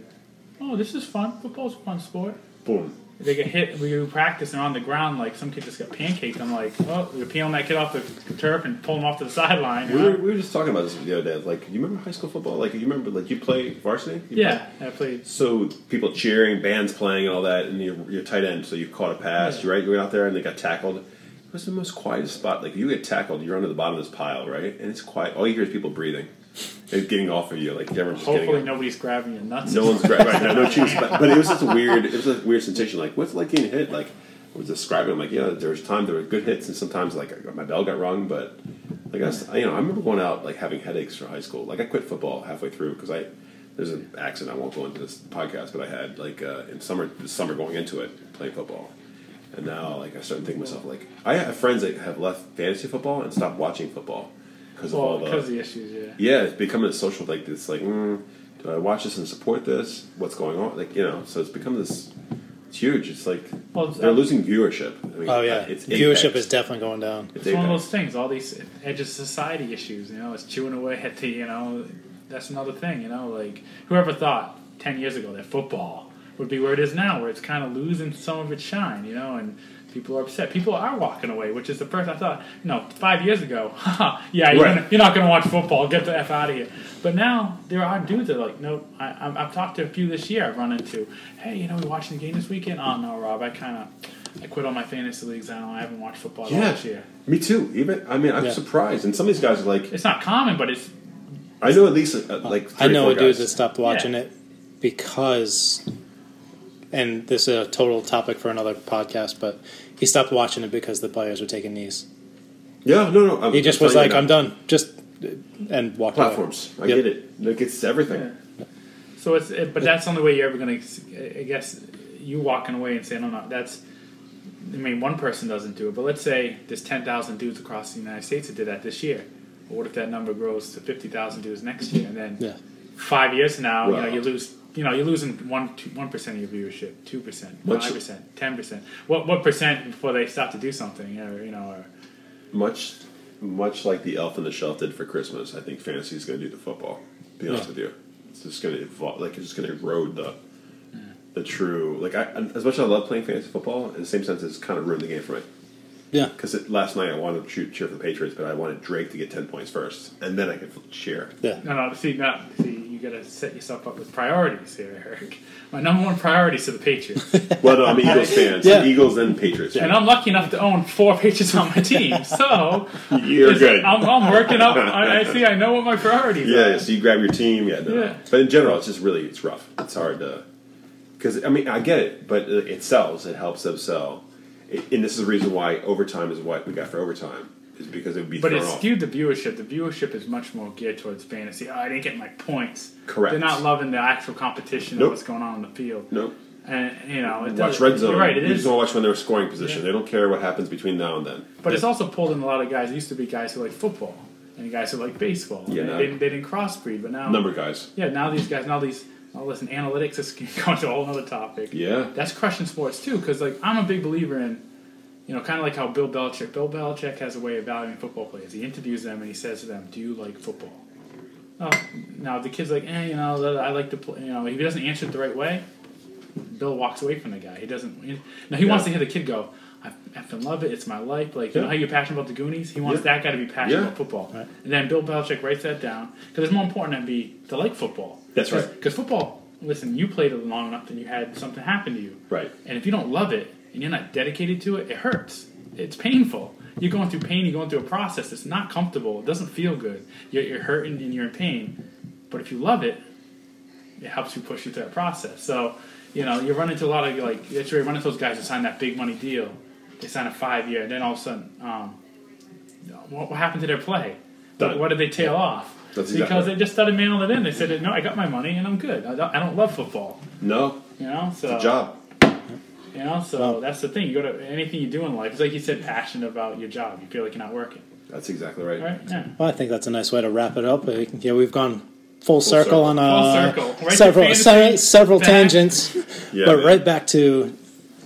oh, this is fun. Football's a fun sport.
Boom.
They get hit. We do practice, and they're on the ground. Like some kid just got pancaked. I'm like, oh, we're peeling that kid off the turf and pull him off to the sideline. you
We
know?
were, we were just talking about this the other day. Like, you remember high school football? Like, you remember like you play varsity? You play-
Yeah, I played.
so people cheering, bands playing, and all that, and you're, you're tight end. So you caught a pass,
Yeah.
right? You went out there and they got tackled. It was the most quietest spot. Like you get tackled, you're under the bottom of this pile, right? And it's quiet. All you hear is people breathing. It's getting off of you. Like everyone's just
Hopefully,
getting. up.
nobody's grabbing your nuts.
No one's right. right no, no cheese. But, but it was just a weird. It was a weird sensation. Like what's it like getting hit? Like I was describing. I'm like, yeah, there was time there were good hits, and sometimes like my bell got rung, but. Like I, was, I- you know, I remember going out like having headaches from high school. Like I quit football halfway through because I there's an accident I won't go into this podcast, but I had like uh, in summer the summer going into it playing football, and now like I started thinking to myself like I have friends that have left fantasy football and stopped watching football because of all
well,
the
because of the issues. Yeah.
yeah, it's becoming a social like this. Like, mm, do I watch this and support this? What's going on? Like, you know, so it's become this. It's huge. It's like
Well, it's- uh,
they're losing viewership. I mean,
Oh yeah,
it's
viewership
apex.
is definitely going down.
It's
It's one of
apex.
those things. All these edge of society issues, you know, it's chewing away at the, you know, that's another thing, you know, like whoever thought ten years ago that football would be where it is now, where it's kind of losing some of its shine, you know, and people are upset. People are walking away, which is the first I thought. You know, five years ago, yeah, you're,
Right.
gonna, you're not going to watch football. Get the f out of here. But now there are dudes that are like, no, I, I'm- I've talked to a few this year. I've run into, hey, you know, we watching the game this weekend. Oh no, Rob, I kind of, I quit all my fantasy leagues. I don't, I haven't watched football at all
Yeah,
this year.
me too. Even I mean, I'm
Yeah.
surprised. And some of these guys are like,
It's not common, but it's
I know at least uh, like three
I
or
know
four
a dude
guys.
that stopped watching
Yeah.
it because, and this is a total topic for another podcast, but he stopped watching it because the players were taking knees.
Oh, Yeah, no, no. I'm,
He just
I'm
was
telling
like,
you now.
"I'm done," just and walked away.
Platforms. I
Yep.
get it. Like it's everything.
so it's it, but that's the only way you're ever gonna. I guess you walking away and saying, "Oh, "No, no, that's." I mean, one person doesn't do it, but let's say there's ten thousand dudes across the United States that did that this year. Well, what if that number grows to fifty thousand dudes next year, and then
Yeah.
five years from now, you
Wow.
know, you lose. You know, you're losing one one percent of your viewership, two percent,
What's-
five percent, ten percent. What what percent before they start to do something, or you know, or
Much, much like the Elf on the Shelf did for Christmas. I think fantasy is going to do the football. To be honest
Yeah.
with you, it's just going to evolve. Like it's just going to erode the. The true, like I, as much as I love playing fantasy football, in the same sense, it's kind of ruined the game for me.
Yeah,
Because last night I wanted to cheer, cheer for the Patriots, but I wanted Drake to get ten points first, and then I could cheer.
yeah.
No, no. See, no. See, you got to set yourself up with priorities here, Eric. My number one priority is to the Patriots,
Well, no, I'm an Eagles fan. So
Yeah.
Eagles and Patriots.
and I'm lucky enough to own four Patriots on my team. So
You're good.
I'm, I'm working up. I, I see. I know what my priorities
Yeah,
are.
yeah, so you grab your team. Yeah, no.
Yeah.
But in general, it's just really it's rough. It's hard to because I mean I get it, but it it sells. It helps them sell, It- and this is the reason why overtime is what we got for overtime is because it would be
But
thrown
it
off.
skewed the viewership. The viewership is much more geared towards fantasy. Oh, I didn't get my points.
Correct.
They're not loving the actual competition
Nope.
of what's going on in the field.
Nope.
And you know, it
Watch
doesn't-
red zone.
You're right. It
They
is.
just want to watch when they're scoring position.
Yeah.
They don't care what happens between now and then.
But it's also pulled in a lot of guys. It used to be guys who like football and guys who like baseball.
Yeah,
And
now-
they, didn't, they didn't crossbreed, but now
number guys.
Yeah, now these guys, now these, now listen, analytics is going to a whole other topic.
Yeah.
That's crushing sports too, because like I'm a big believer in, you know, kind of like how Bill Belichick. Bill Belichick has a way of valuing football players. He interviews them and he says to them, "Do you like football?" Oh, now if the kid's like, "Eh, you know, I like to play." You know, if he doesn't answer it the right way, Bill walks away from the guy. He doesn't. Now he
Yeah.
wants to hear the kid go. I effing love it. It's my life. Like, you know
Yeah.
how you're passionate about the Goonies? He wants
Yeah.
that guy to be passionate
Yeah.
about football.
Right.
And then Bill Belichick writes that down because it's more important than be to like football.
That's right.
Because football, listen, you played it long enough and you had something happen to you.
Right.
And if you don't love it and you're not dedicated to it, it hurts. It's painful. You're going through pain. You're going through a process. It's not comfortable. It doesn't feel good. You're, you're hurting and you're in pain. But if you love it, it helps you push you through that process. So, you know, you run into a lot of like that's where you run into those guys that sign that big money deal. They sign a five year, and then all of a sudden, um, what, what happened to their play?
Done.
What, what did they tail off?
That's exactly
because
right.
they just started mailing it in. They said, "No, I got my money and I'm good. I don't, I don't love football."
No
You know, so
job.
you know, so
Well-
that's the thing. You go to anything you do in life. It's like you said, passionate about your job. You feel like you're not working,
That's exactly right.
right? Yeah.
Well, I think that's a nice way to wrap it up. I- Yeah, we've gone full, circle,
circle.
on uh,
Full circle. Right to
several
fantasy,
se- several
back.
tangents,
Yeah,
but
man.
right back to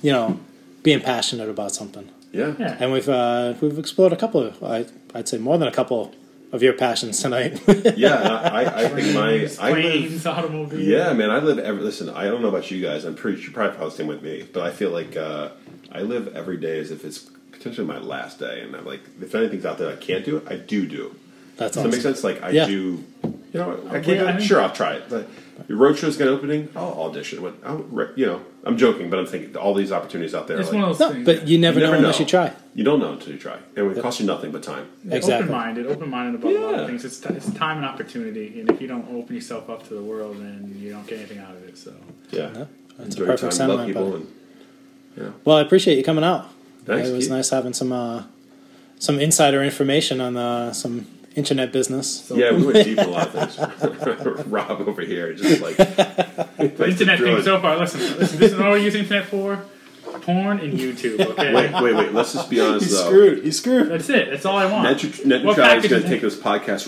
you know being passionate about something.
Yeah.
Yeah.
And we've uh, we've explored a couple. Of, I, I'd say more than a couple of your passions tonight.
Yeah, I, I think my
Planes,
I live
planes, automobiles.
Yeah, man, I live every. Listen, I don't know about you guys. I'm pretty sure probably probably the same with me, but I feel like uh, I live every day as if it's potentially my last day, and I'm like, if anything's out there I can't do, I do do.
That's
Does that make
awesome.
sense? Like I
Yeah.
do. You know, I
Yeah,
can't. do
I
it.
mean-
sure, I'll try it. But your road show's got an opening. I'll audition. When I'll, re- you know, I'm joking, but I'm thinking all these opportunities out there.
It's
like,
one of those
No,
things.
but you never, know unless you try.
You don't know until you try, and it costs you nothing but time.
Exactly.
Open minded, open minded about a lot
Yeah.
of things. It's, t- it's time and opportunity, and if you don't open yourself up to the world, then you don't get anything out of it. So
Yeah,
That's
Enjoy your
a perfect
time,
sentiment.
love
buddy.
people, and
Well, I appreciate you coming out.
Thanks,
it was
Keith.
nice having some uh, some insider information on uh, some internet business.
Yeah, we went deep in a lot of things. Rob over here, just like
internet thing
Druid.
so far. Listen, listen, this is all you use internet for: porn and YouTube. Okay,
Wait, wait, wait. Let's just be honest, though.
He's screwed.
that's it. That's all I want.
Net, tr- net
What
neutrality is
package
going
is
to
it?
take this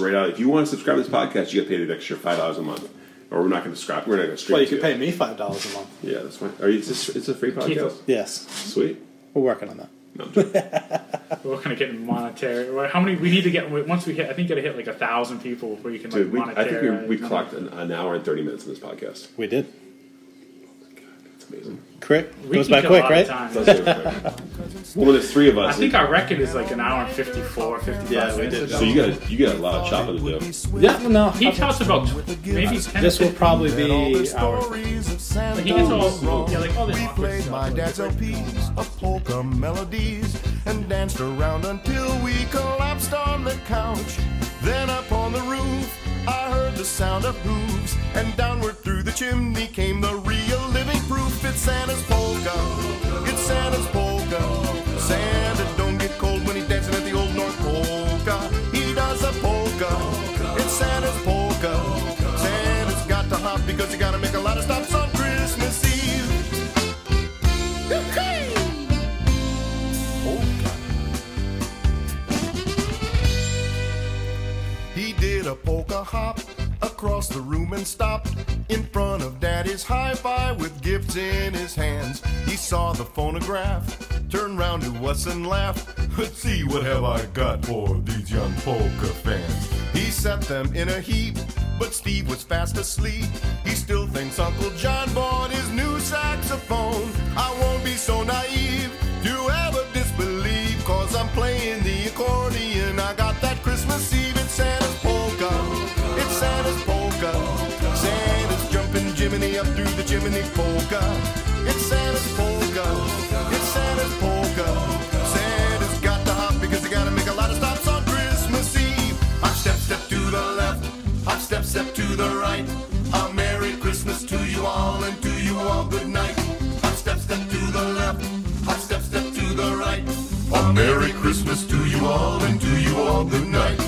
podcast right out. If you want to subscribe to this podcast, you got to pay the extra five dollars a month, or we're not going to subscribe. We're not going to
Well, you
stream.
could
to
pay me five dollars a month.
it. Yeah, that's fine. Are you, it's, just, it's a free podcast.
Yes,
Sweet.
we're working on that.
No, I'm joking.
We're gonna get monetary. Well, How many? We need to get once we hit. I think you gotta hit like a thousand people before you can like
Dude, we, I think
monetary.
we, we clocked an, an hour and thirty minutes in this podcast.
We did.
It's amazing.
Quick
We
goes
can
by
kill a
quick,
lot of
right?
time.
That's so quick. well, when there's three of
I
us,
think our record is like an hour and 54, 55
Yeah, we
minutes.
did.
so you got you got a lot of chopping to do.
Yeah, no.
He talks about tw- maybe 10
This will probably be our.
But
He
he gets all yeah, like all this
We
awkward
played my
stuff.
dad's LPs of polka melodies and danced around until we collapsed on the couch. Then up on the roof, I heard the sound of hooves, and downward through the chimney came the real living proof. It's Santa's polka. It's Santa's polka. Santa don't get cold when he's dancing at the old North Polka. He does a polka. It's Santa's polka. Santa's got to hop because he gotta make a lot of stops on Christmas Eve. Polka. He did a polka hop across the room and stopped in front of Daddy's hi fi with gifts in his hands. He saw the phonograph, turned round to us and laughed. Let's see what have I got for these young polka fans. He set them in a heap, but Steve was fast asleep. He still thinks Uncle John bought his new saxophone. I won't be so naive to ever disbelieve, cause I'm playing the accordion. I got that Christmas Eve. It's Santa's polka. It's Santa's polka. Santa's jumping Jiminy up through the chimney polka. It's Santa's polka. It's Santa's polka. Santa's got to hop because he gotta make a lot of stops on Christmas Eve. Hop, step, step to the left. Hop, step, step to the right. A Merry Christmas to you all and to you all good night. Hop, step, step to the left. Hop, step, step to the right. A Merry Christmas to you all and to you all good night.